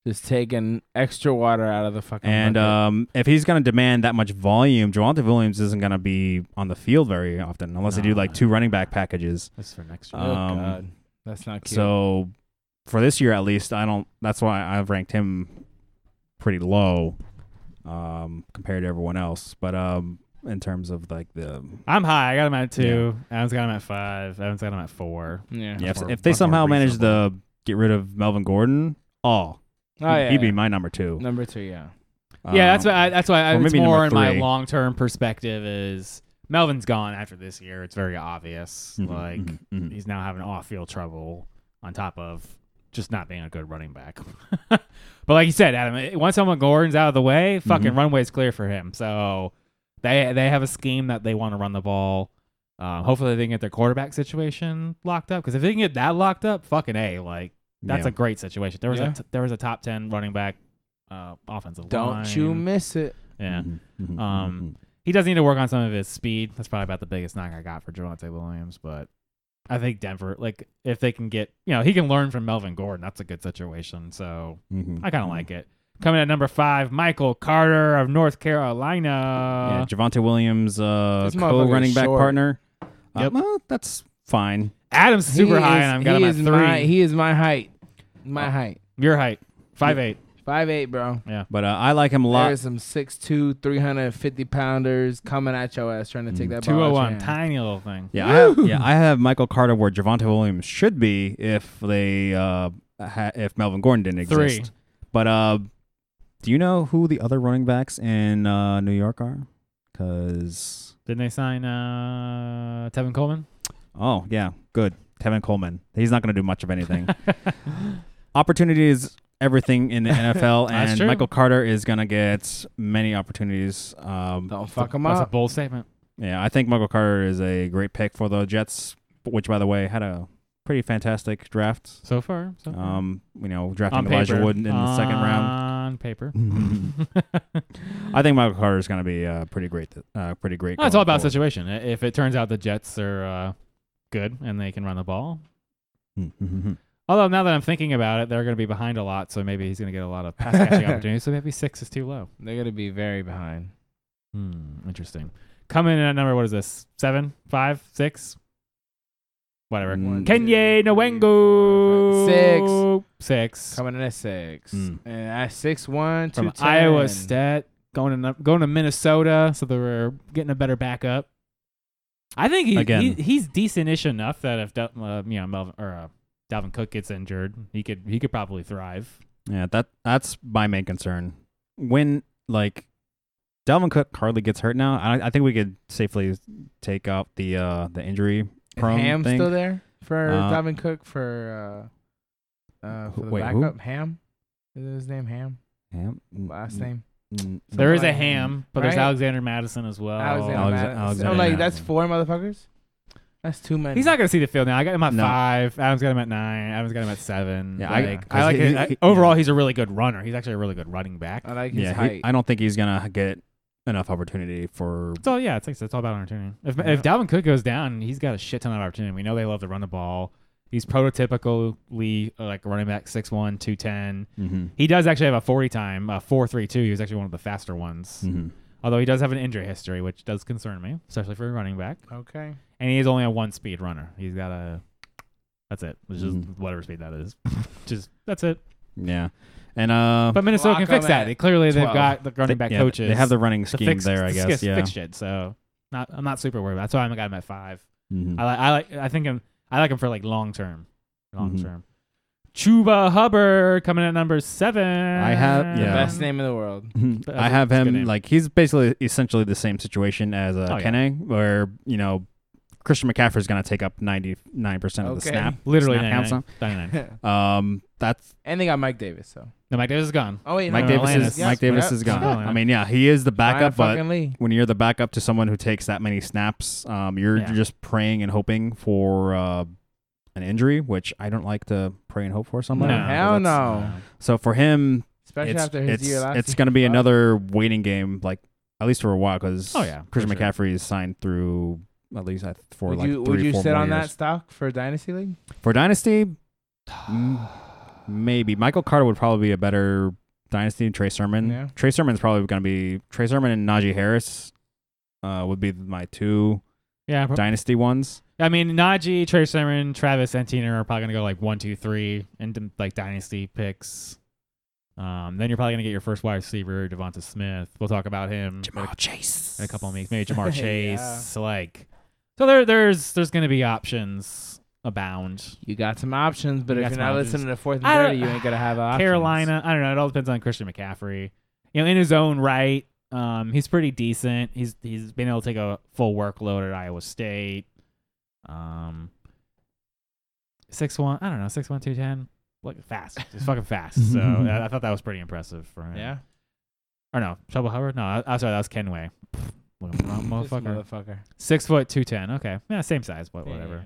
[SPEAKER 1] Just taking extra water out of the fucking
[SPEAKER 3] And
[SPEAKER 1] bucket.
[SPEAKER 3] um, if he's going to demand that much volume, Javante Williams isn't going to be on the field very often unless they do
[SPEAKER 2] Nah.
[SPEAKER 3] like two running back packages.
[SPEAKER 2] That's for next
[SPEAKER 1] oh
[SPEAKER 2] year.
[SPEAKER 3] Uh, um,
[SPEAKER 1] god, that's not cute.
[SPEAKER 3] So for this year, at least, I don't. That's why I've ranked him pretty low um, compared to everyone else. But um, in terms of like the
[SPEAKER 2] I'm high. I got him at two. Adam's got him at five. Adam's got him at four.
[SPEAKER 1] yeah.
[SPEAKER 3] yeah, if,
[SPEAKER 2] more-
[SPEAKER 3] if they
[SPEAKER 2] much more
[SPEAKER 3] somehow manage to get rid of Melvin Gordon, oh,
[SPEAKER 1] Oh yeah,
[SPEAKER 3] he'd be
[SPEAKER 1] yeah.
[SPEAKER 3] my number two.
[SPEAKER 1] number two. Yeah,
[SPEAKER 2] yeah, that's why.
[SPEAKER 3] Um,
[SPEAKER 2] I, that's why. I,
[SPEAKER 3] or
[SPEAKER 2] it's
[SPEAKER 3] maybe
[SPEAKER 2] more
[SPEAKER 3] number
[SPEAKER 2] in my
[SPEAKER 3] three.
[SPEAKER 2] long term perspective is Melvin's gone after this year. It's very obvious.
[SPEAKER 3] mhm,
[SPEAKER 2] Like
[SPEAKER 3] mhm, mhm.
[SPEAKER 2] he's now having off field trouble on top of just not being a good running back. but like you said, Adam, it- once someone Gordon's out of the way, fucking
[SPEAKER 3] Mhm.
[SPEAKER 2] runway's clear for him. So they they have a scheme that they want to run the ball. Um, hopefully they can get their quarterback situation locked up because if they can get that locked up, fucking a like that's
[SPEAKER 3] Yeah.
[SPEAKER 2] a great situation. There was
[SPEAKER 1] Yeah.
[SPEAKER 2] a t- there was a top ten running back uh, offensive line.
[SPEAKER 1] don't you miss it.
[SPEAKER 2] yeah.
[SPEAKER 3] Mhm, mhm,
[SPEAKER 2] Um,
[SPEAKER 3] mhm.
[SPEAKER 2] He does need to work on some of his speed. That's probably about the biggest knock I got for Javante Williams, but I think Denver, like, if they can get, you know, he can learn from Melvin Gordon. That's a good situation. So
[SPEAKER 3] Mhm.
[SPEAKER 2] I kind of like it. Coming at number five, Michael Carter of North
[SPEAKER 3] yeah,
[SPEAKER 2] Carolina.
[SPEAKER 3] Javante Williams, uh,
[SPEAKER 1] This motherfucker's
[SPEAKER 3] co-running back
[SPEAKER 1] short.
[SPEAKER 3] partner.
[SPEAKER 2] Yep.
[SPEAKER 3] Um, well, that's fine.
[SPEAKER 2] Adam's super
[SPEAKER 1] He
[SPEAKER 2] high,
[SPEAKER 1] is-
[SPEAKER 2] and I've got
[SPEAKER 1] he
[SPEAKER 2] him at
[SPEAKER 1] is
[SPEAKER 2] three.
[SPEAKER 1] My, he is my height. My
[SPEAKER 2] Oh.
[SPEAKER 1] height.
[SPEAKER 2] Your height, five eight.
[SPEAKER 1] Five eight, bro.
[SPEAKER 3] But uh, I like him a lot.
[SPEAKER 1] There's some 6'2", 350 pounders coming at your ass trying to take that ball.
[SPEAKER 2] Two oh
[SPEAKER 1] out your
[SPEAKER 2] one,
[SPEAKER 1] hand.
[SPEAKER 2] tiny little thing.
[SPEAKER 3] Yeah, I have, yeah, I have Michael Carter where Javante Williams should be if they uh ha- if Melvin Gordon didn't
[SPEAKER 2] Three.
[SPEAKER 3] exist. But uh, do you know who the other running backs in uh, New York are? Because
[SPEAKER 2] Didn't they sign uh, Tevin Coleman?
[SPEAKER 3] oh yeah, good Tevin Coleman. He's not going to do much of anything. Opportunity is everything in the NFL,
[SPEAKER 2] That's
[SPEAKER 3] and
[SPEAKER 2] true.
[SPEAKER 3] Michael Carter is going to get many opportunities. Um,
[SPEAKER 1] Don't fuck him
[SPEAKER 2] That's a
[SPEAKER 1] up.
[SPEAKER 2] bold statement.
[SPEAKER 3] Yeah, I think Michael Carter is a great pick for the Jets, which by the way had a pretty fantastic draft.
[SPEAKER 2] So far, so far.
[SPEAKER 3] Um, you know, drafting
[SPEAKER 2] on
[SPEAKER 3] Elijah
[SPEAKER 2] paper. Uh,
[SPEAKER 3] Wood in the second round.
[SPEAKER 2] on paper.
[SPEAKER 3] I think Michael Carter is going to be uh, pretty great. th- uh, pretty great.
[SPEAKER 2] No, it's all
[SPEAKER 3] going
[SPEAKER 2] about
[SPEAKER 3] forward.
[SPEAKER 2] situation. I- If it turns out the Jets are uh, good and they can run the ball,
[SPEAKER 3] Mhm.
[SPEAKER 2] although now that I'm thinking about it, they're going to be behind a lot, so maybe he's going to get a lot of pass catching opportunities. So maybe six is too low.
[SPEAKER 1] They're gonna be very behind.
[SPEAKER 2] Hmm, interesting. Coming in at number what is this? Seven, five, six, whatever.
[SPEAKER 3] Mm.
[SPEAKER 1] One,
[SPEAKER 2] Kenye
[SPEAKER 1] two, three, four, five, six.
[SPEAKER 2] Nwengo, six,
[SPEAKER 1] Coming in at six.
[SPEAKER 3] Mm.
[SPEAKER 1] And at six one
[SPEAKER 2] from
[SPEAKER 1] two
[SPEAKER 2] Iowa
[SPEAKER 1] 10.
[SPEAKER 2] State, going to going to Minnesota, so they were getting a better backup. I think he,
[SPEAKER 3] Again.
[SPEAKER 2] he he's decentish enough that if Del- uh, you know Melvin or uh, Dalvin Cook gets injured, he could he could probably thrive.
[SPEAKER 3] Yeah, that that's my main concern. When like Dalvin Cook hardly gets hurt now, I, I think we could safely take out the uh, the injury
[SPEAKER 1] Is
[SPEAKER 3] prone
[SPEAKER 1] Ham
[SPEAKER 3] thing.
[SPEAKER 1] still there for
[SPEAKER 3] Uh,
[SPEAKER 1] Dalvin Cook for uh, uh for
[SPEAKER 3] Who-
[SPEAKER 1] the
[SPEAKER 3] wait, who?
[SPEAKER 1] backup? Ham? Is it his name Ham?
[SPEAKER 3] Ham?
[SPEAKER 1] Last name?
[SPEAKER 3] Mm,
[SPEAKER 2] there is a
[SPEAKER 1] like-
[SPEAKER 2] ham, but there's
[SPEAKER 1] right?
[SPEAKER 2] Alexander Madison as well.
[SPEAKER 1] Alexander
[SPEAKER 3] Alex-
[SPEAKER 1] Madison.
[SPEAKER 3] Alexander
[SPEAKER 1] I'm like, that's
[SPEAKER 3] Madison.
[SPEAKER 1] four motherfuckers? That's too many.
[SPEAKER 2] He's not going to see the field now. I got him at
[SPEAKER 3] No.
[SPEAKER 2] five. Adam's got him at nine. Adam's got him at seven.
[SPEAKER 3] Yeah, I-
[SPEAKER 2] like, I,
[SPEAKER 3] 'cause
[SPEAKER 2] like
[SPEAKER 3] he-
[SPEAKER 2] it.
[SPEAKER 3] he-
[SPEAKER 2] I-
[SPEAKER 3] he-
[SPEAKER 2] overall,
[SPEAKER 3] yeah.
[SPEAKER 2] he's a really good runner. He's actually a really good running back.
[SPEAKER 1] I like his
[SPEAKER 3] Yeah,
[SPEAKER 1] height.
[SPEAKER 3] he, I don't think he's gonna get enough opportunity for.
[SPEAKER 2] It's all yeah, it's like it's all about opportunity. If if Dalvin Cook goes down, he's got a shit ton of opportunity. We know they love to run the ball. He's prototypically uh, like running back 6'1", 210.
[SPEAKER 3] Mhm.
[SPEAKER 2] He does actually have a forty time, uh, four three two. He was actually one of the faster ones.
[SPEAKER 3] Mhm.
[SPEAKER 2] Although he does have an injury history, which does concern me, especially for a running back.
[SPEAKER 1] okay.
[SPEAKER 2] And he is only a one speed runner. He's got a that's it. It's just
[SPEAKER 3] Mhm.
[SPEAKER 2] whatever speed that is. just that's it.
[SPEAKER 3] Yeah, and uh,
[SPEAKER 2] But Minnesota can
[SPEAKER 1] Lock 'em
[SPEAKER 2] fix that.
[SPEAKER 1] at
[SPEAKER 2] They- clearly they've
[SPEAKER 1] 12.
[SPEAKER 2] got the running
[SPEAKER 3] They-
[SPEAKER 2] back
[SPEAKER 3] yeah,
[SPEAKER 2] coaches.
[SPEAKER 3] They have the running
[SPEAKER 2] to
[SPEAKER 3] scheme
[SPEAKER 2] fix-
[SPEAKER 3] there, I
[SPEAKER 2] to
[SPEAKER 3] guess.
[SPEAKER 2] fix-
[SPEAKER 3] Yeah.
[SPEAKER 2] fix shit. So not I'm not super worried. about it. That's why I got him at five.
[SPEAKER 3] Mhm.
[SPEAKER 2] I like I like I think him I like him for like long term. Long
[SPEAKER 3] Mhm.
[SPEAKER 2] term. Chuba Hubbard coming at number seven. I
[SPEAKER 3] have-
[SPEAKER 1] The
[SPEAKER 3] Yeah.
[SPEAKER 1] best name in the world.
[SPEAKER 3] Mhm.
[SPEAKER 2] That's
[SPEAKER 3] I
[SPEAKER 2] a-
[SPEAKER 3] have
[SPEAKER 2] that's a good
[SPEAKER 3] him
[SPEAKER 2] name.
[SPEAKER 3] like he's basically essentially the same situation as uh,
[SPEAKER 2] Oh, yeah.
[SPEAKER 3] Kenne, where you know Christian McCaffrey is going to take up ninety nine percent of the
[SPEAKER 1] Okay.
[SPEAKER 3] snap.
[SPEAKER 2] Literally
[SPEAKER 3] snap
[SPEAKER 2] 99.
[SPEAKER 3] counts
[SPEAKER 2] 99.
[SPEAKER 3] Um, that's
[SPEAKER 1] and they got Mike Davis, so.
[SPEAKER 2] No, Mike Davis is gone.
[SPEAKER 1] Oh wait, no,
[SPEAKER 3] Mike
[SPEAKER 1] no,
[SPEAKER 3] Davis
[SPEAKER 2] Atlanta's-
[SPEAKER 3] is
[SPEAKER 1] yes,
[SPEAKER 3] Mike Davis
[SPEAKER 1] yep.
[SPEAKER 3] is gone.
[SPEAKER 2] Atlanta.
[SPEAKER 3] I mean, yeah, he is the backup,
[SPEAKER 1] Ryan
[SPEAKER 3] but
[SPEAKER 1] fucking Lee.
[SPEAKER 3] when you're the backup to someone who takes that many snaps, um, you're
[SPEAKER 2] Yeah.
[SPEAKER 3] just praying and hoping for uh, an injury, which I don't like to pray and hope for
[SPEAKER 1] No,
[SPEAKER 3] someone. Uh,
[SPEAKER 2] No,
[SPEAKER 1] hell
[SPEAKER 3] that's-
[SPEAKER 2] Uh,
[SPEAKER 1] no.
[SPEAKER 3] So for him,
[SPEAKER 1] Especially
[SPEAKER 3] it's,
[SPEAKER 1] after his
[SPEAKER 3] it's,
[SPEAKER 1] year last
[SPEAKER 3] It's
[SPEAKER 1] year.
[SPEAKER 3] going to be
[SPEAKER 1] Fuck.
[SPEAKER 3] another waiting game, like at least for a while, because
[SPEAKER 2] Oh, yeah, for
[SPEAKER 3] Christian
[SPEAKER 2] sure.
[SPEAKER 3] McCaffrey is signed through at least I- for
[SPEAKER 1] Would
[SPEAKER 3] like
[SPEAKER 1] you
[SPEAKER 3] three,
[SPEAKER 1] would you
[SPEAKER 3] four
[SPEAKER 1] sit
[SPEAKER 3] more
[SPEAKER 1] on that
[SPEAKER 3] years.
[SPEAKER 1] stock for Dynasty League?
[SPEAKER 3] for Dynasty? mm, Maybe Michael Carter would probably be a better dynasty. than Trey Sermon.
[SPEAKER 1] Yeah.
[SPEAKER 3] Trey Sermon's probably going to be Trey Sermon and Najee Harris uh, would be my two
[SPEAKER 2] Yeah, prob-
[SPEAKER 3] dynasty ones.
[SPEAKER 2] I mean Najee, Trey Sermon, Travis Antiner are probably gonna go like one, two, three, and dim- like dynasty picks. Um, then you're probably gonna get your first wide receiver, Devonta Smith. We'll talk about him in a,
[SPEAKER 3] Chase.
[SPEAKER 2] in a couple of weeks. Maybe Jamar
[SPEAKER 1] Yeah.
[SPEAKER 2] Chase. So, Like, so there, there's there's gonna be options abound.
[SPEAKER 1] You got some options, but
[SPEAKER 2] You got
[SPEAKER 1] if you're
[SPEAKER 2] some
[SPEAKER 1] not
[SPEAKER 2] options.
[SPEAKER 1] listening to fourth and
[SPEAKER 2] I don't-
[SPEAKER 1] thirty, you ain't gonna have options.
[SPEAKER 2] Carolina. I don't know. It all depends on Christian McCaffrey. You know, in his own right, um, he's pretty decent. He's he's been able to take a full workload at Iowa State. Um, six one. I don't know. Six one two ten. Look fast. He's fucking fast. So I, I thought that was pretty impressive for him.
[SPEAKER 1] Yeah,
[SPEAKER 2] Or no, Trouble Hubbard. No, I, am sorry. That was Kenway. Look at the wrong
[SPEAKER 1] This
[SPEAKER 2] motherfucker.
[SPEAKER 1] motherfucker.
[SPEAKER 2] Six foot two ten. Okay. Yeah, same size, but whatever.
[SPEAKER 1] Yeah.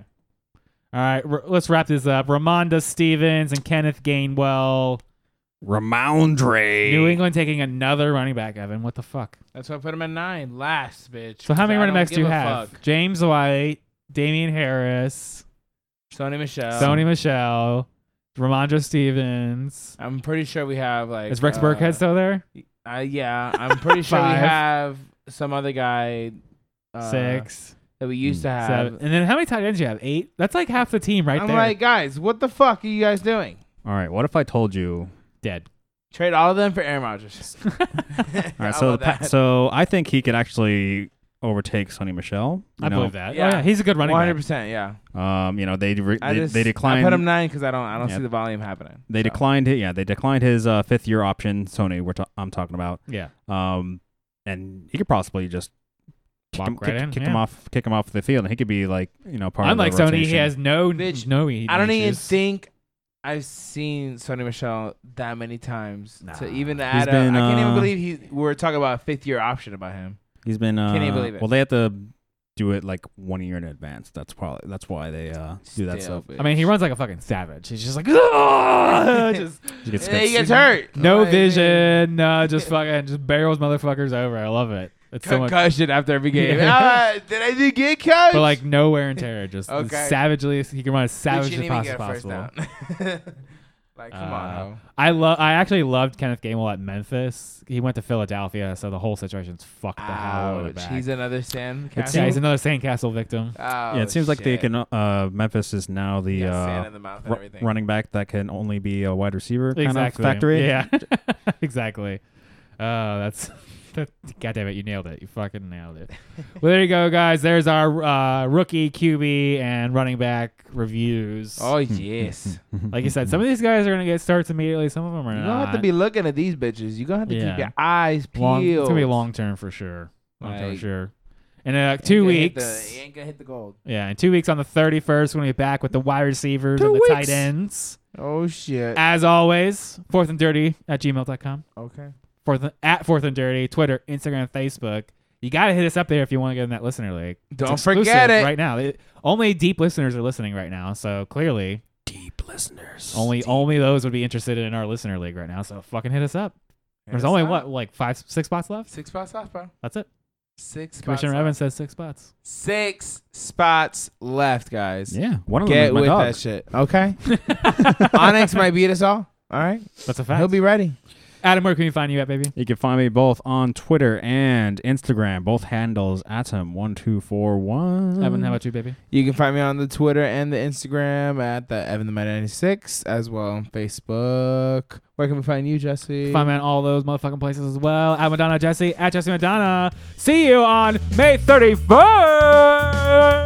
[SPEAKER 2] All right, r- let's wrap this up. Ramonda Stevens and Kenneth Gainwell.
[SPEAKER 3] Ramondre.
[SPEAKER 2] New England taking another running back, Evan. What the fuck?
[SPEAKER 1] That's why I put him at nine, last bitch.
[SPEAKER 2] So how
[SPEAKER 1] 'cause
[SPEAKER 2] many
[SPEAKER 1] I
[SPEAKER 2] running
[SPEAKER 1] don't
[SPEAKER 2] backs do you
[SPEAKER 1] give a
[SPEAKER 2] have?
[SPEAKER 1] fuck.
[SPEAKER 2] James White, Damian Harris,
[SPEAKER 1] Sony Michelle.
[SPEAKER 2] Sony Michelle, Ramondre Stevens.
[SPEAKER 1] I'm pretty sure we have like.
[SPEAKER 2] Is Rex
[SPEAKER 1] uh,
[SPEAKER 2] Burkhead still there?
[SPEAKER 1] Uh, yeah, I'm pretty sure we
[SPEAKER 2] Five.
[SPEAKER 1] have some other guy. Uh,
[SPEAKER 2] Six, Hmm.
[SPEAKER 1] that we used to have.
[SPEAKER 2] seven, and then how many tight ends do you have? Eight. That's like half the team right
[SPEAKER 1] I'm
[SPEAKER 2] there.
[SPEAKER 1] like, guys, what the fuck are you guys doing?
[SPEAKER 3] All right. What if I told you?
[SPEAKER 2] dead.
[SPEAKER 1] Trade all of them for Aaron Rodgers.
[SPEAKER 3] All right.
[SPEAKER 1] How
[SPEAKER 3] So the
[SPEAKER 1] about
[SPEAKER 3] pa-
[SPEAKER 1] that?
[SPEAKER 3] so I think he could actually overtake Sonny Michelle. You
[SPEAKER 2] I
[SPEAKER 3] know?
[SPEAKER 2] believe that. Yeah.
[SPEAKER 1] Yeah.
[SPEAKER 2] yeah, he's a good running
[SPEAKER 1] 100.
[SPEAKER 2] back.
[SPEAKER 1] percent Yeah.
[SPEAKER 3] Um, you know they re-
[SPEAKER 1] I
[SPEAKER 3] they,
[SPEAKER 1] just
[SPEAKER 3] they
[SPEAKER 1] I
[SPEAKER 3] declined.
[SPEAKER 1] put him nine because I don't I don't
[SPEAKER 3] Yeah.
[SPEAKER 1] see the volume happening.
[SPEAKER 3] they
[SPEAKER 1] So.
[SPEAKER 3] declined it. Yeah, they declined his uh, fifth year option. Sony, we're ta- I'm talking about.
[SPEAKER 2] Yeah,
[SPEAKER 3] Um, and he could possibly just kick,
[SPEAKER 2] Walk
[SPEAKER 3] him,
[SPEAKER 2] right
[SPEAKER 3] kick,
[SPEAKER 2] in,
[SPEAKER 3] kick
[SPEAKER 2] yeah.
[SPEAKER 3] him off, kick him off the field, and he could be like you know part
[SPEAKER 2] unlike
[SPEAKER 3] of the
[SPEAKER 2] Sony, he
[SPEAKER 3] rotation.
[SPEAKER 2] has no
[SPEAKER 1] Bitch,
[SPEAKER 2] no. He,
[SPEAKER 1] I don't even
[SPEAKER 2] issues.
[SPEAKER 1] think I've seen Sony Michelle that many times
[SPEAKER 2] Nah.
[SPEAKER 1] to even to
[SPEAKER 3] He's
[SPEAKER 1] add
[SPEAKER 3] been,
[SPEAKER 1] up. I can't even
[SPEAKER 3] uh,
[SPEAKER 1] believe he. We were talking about a fifth year option about him.
[SPEAKER 3] He's been. Uh,
[SPEAKER 1] Can't even believe it.
[SPEAKER 3] Well, they have to do it like one year in advance. That's probably that's why they uh, do that
[SPEAKER 1] Still,
[SPEAKER 3] stuff.
[SPEAKER 1] bitch.
[SPEAKER 2] I mean, he runs like a fucking savage. He's just like, "Ah!" just
[SPEAKER 3] He gets
[SPEAKER 1] And then he
[SPEAKER 3] scared.
[SPEAKER 1] gets hurt.
[SPEAKER 2] No
[SPEAKER 1] Like,
[SPEAKER 2] vision, no, just fucking just barrels motherfuckers over. I love it. It's so much,
[SPEAKER 1] Concussion after every game.
[SPEAKER 2] Yeah.
[SPEAKER 1] Ah, did I just get cut?
[SPEAKER 2] but like no wear and tear, just
[SPEAKER 1] Okay.
[SPEAKER 2] as savagely. as- He can run as
[SPEAKER 1] Bitch,
[SPEAKER 2] savage
[SPEAKER 1] you
[SPEAKER 2] as
[SPEAKER 1] didn't even
[SPEAKER 2] possible.
[SPEAKER 1] get a first
[SPEAKER 2] possible.
[SPEAKER 1] down. like, come on.
[SPEAKER 2] Uh,
[SPEAKER 1] Ho.
[SPEAKER 2] I love. I actually loved Kenneth Gainwell at Memphis. He went to Philadelphia, so the whole situation's fucked the hell out of
[SPEAKER 1] Ouch.
[SPEAKER 2] back.
[SPEAKER 1] He's another Sam.
[SPEAKER 2] yeah, he's another Sandcastle victim.
[SPEAKER 3] Yeah, it seems like they can. Uh, Memphis is now the
[SPEAKER 1] Yeah,
[SPEAKER 3] uh,
[SPEAKER 1] Oh, sand in the mouth and
[SPEAKER 3] ru-
[SPEAKER 1] everything.
[SPEAKER 3] running back that can only be a wide receiver kind of
[SPEAKER 2] exactly.
[SPEAKER 3] factory.
[SPEAKER 2] Yeah, exactly. Oh, that's that. God damn it! You nailed it. You fucking nailed it. well, there you go, guys. There's our uh, rookie QB and running back reviews.
[SPEAKER 1] Oh yes.
[SPEAKER 3] Mm-hmm.
[SPEAKER 2] Like you said, some of these guys are gonna get starts immediately. Some of them are
[SPEAKER 1] You're
[SPEAKER 2] not.
[SPEAKER 1] gonna Mm-hmm. have to be looking at these bitches. You're gonna have to
[SPEAKER 2] Yeah.
[SPEAKER 1] keep your eyes peeled.
[SPEAKER 2] long. It's gonna be long term for sure. Long term
[SPEAKER 1] Like-
[SPEAKER 2] for sure. In uh,
[SPEAKER 1] You ain't
[SPEAKER 2] two
[SPEAKER 1] gonna hit the-
[SPEAKER 2] weeks,
[SPEAKER 1] you ain't gonna hit the gold.
[SPEAKER 2] yeah, in two weeks on the thirty first, we're gonna be back with the wide receivers
[SPEAKER 3] Two
[SPEAKER 2] and the tight
[SPEAKER 3] weeks.
[SPEAKER 2] ends.
[SPEAKER 1] Oh shit.
[SPEAKER 2] As always, fourth and dirty at gmail.com.
[SPEAKER 1] Okay.
[SPEAKER 2] Fourth and, at fourth and dirty, Twitter, Instagram, Facebook. You gotta hit us up there if you want to get in that listener league. It's
[SPEAKER 1] Don't
[SPEAKER 2] exclusive
[SPEAKER 1] forget it.
[SPEAKER 2] right now. It- only deep listeners are listening right now, so clearly
[SPEAKER 3] Deep listeners.
[SPEAKER 2] only only those would be interested in our listener league right now. So fucking hit us up. There's only
[SPEAKER 1] Stop.
[SPEAKER 2] what, like five, six spots left.
[SPEAKER 1] Six spots left, bro.
[SPEAKER 2] That's it.
[SPEAKER 1] Six.
[SPEAKER 2] Commissioner
[SPEAKER 1] spots
[SPEAKER 2] Evans
[SPEAKER 1] left.
[SPEAKER 2] says six spots.
[SPEAKER 1] Six spots left, guys.
[SPEAKER 3] Yeah, one of them
[SPEAKER 1] Get
[SPEAKER 3] is my
[SPEAKER 1] with
[SPEAKER 3] dog.
[SPEAKER 1] that shit. Okay. Onyx might beat us all. All right.
[SPEAKER 2] That's a fact.
[SPEAKER 1] He'll be Mm-hmm. ready.
[SPEAKER 2] Adam, where can we find you at, baby?
[SPEAKER 3] You can find me both on Twitter and Instagram, both handles atom1241.
[SPEAKER 2] Evan, how about you, baby?
[SPEAKER 1] You can find me on the Twitter and the Instagram at the Evan the 96 as well on Facebook. Where can we find you, Jesse?
[SPEAKER 2] Find me on all those motherfucking places as well. At Madonna Jesse, at Jesse Madonna. See you on May 31st.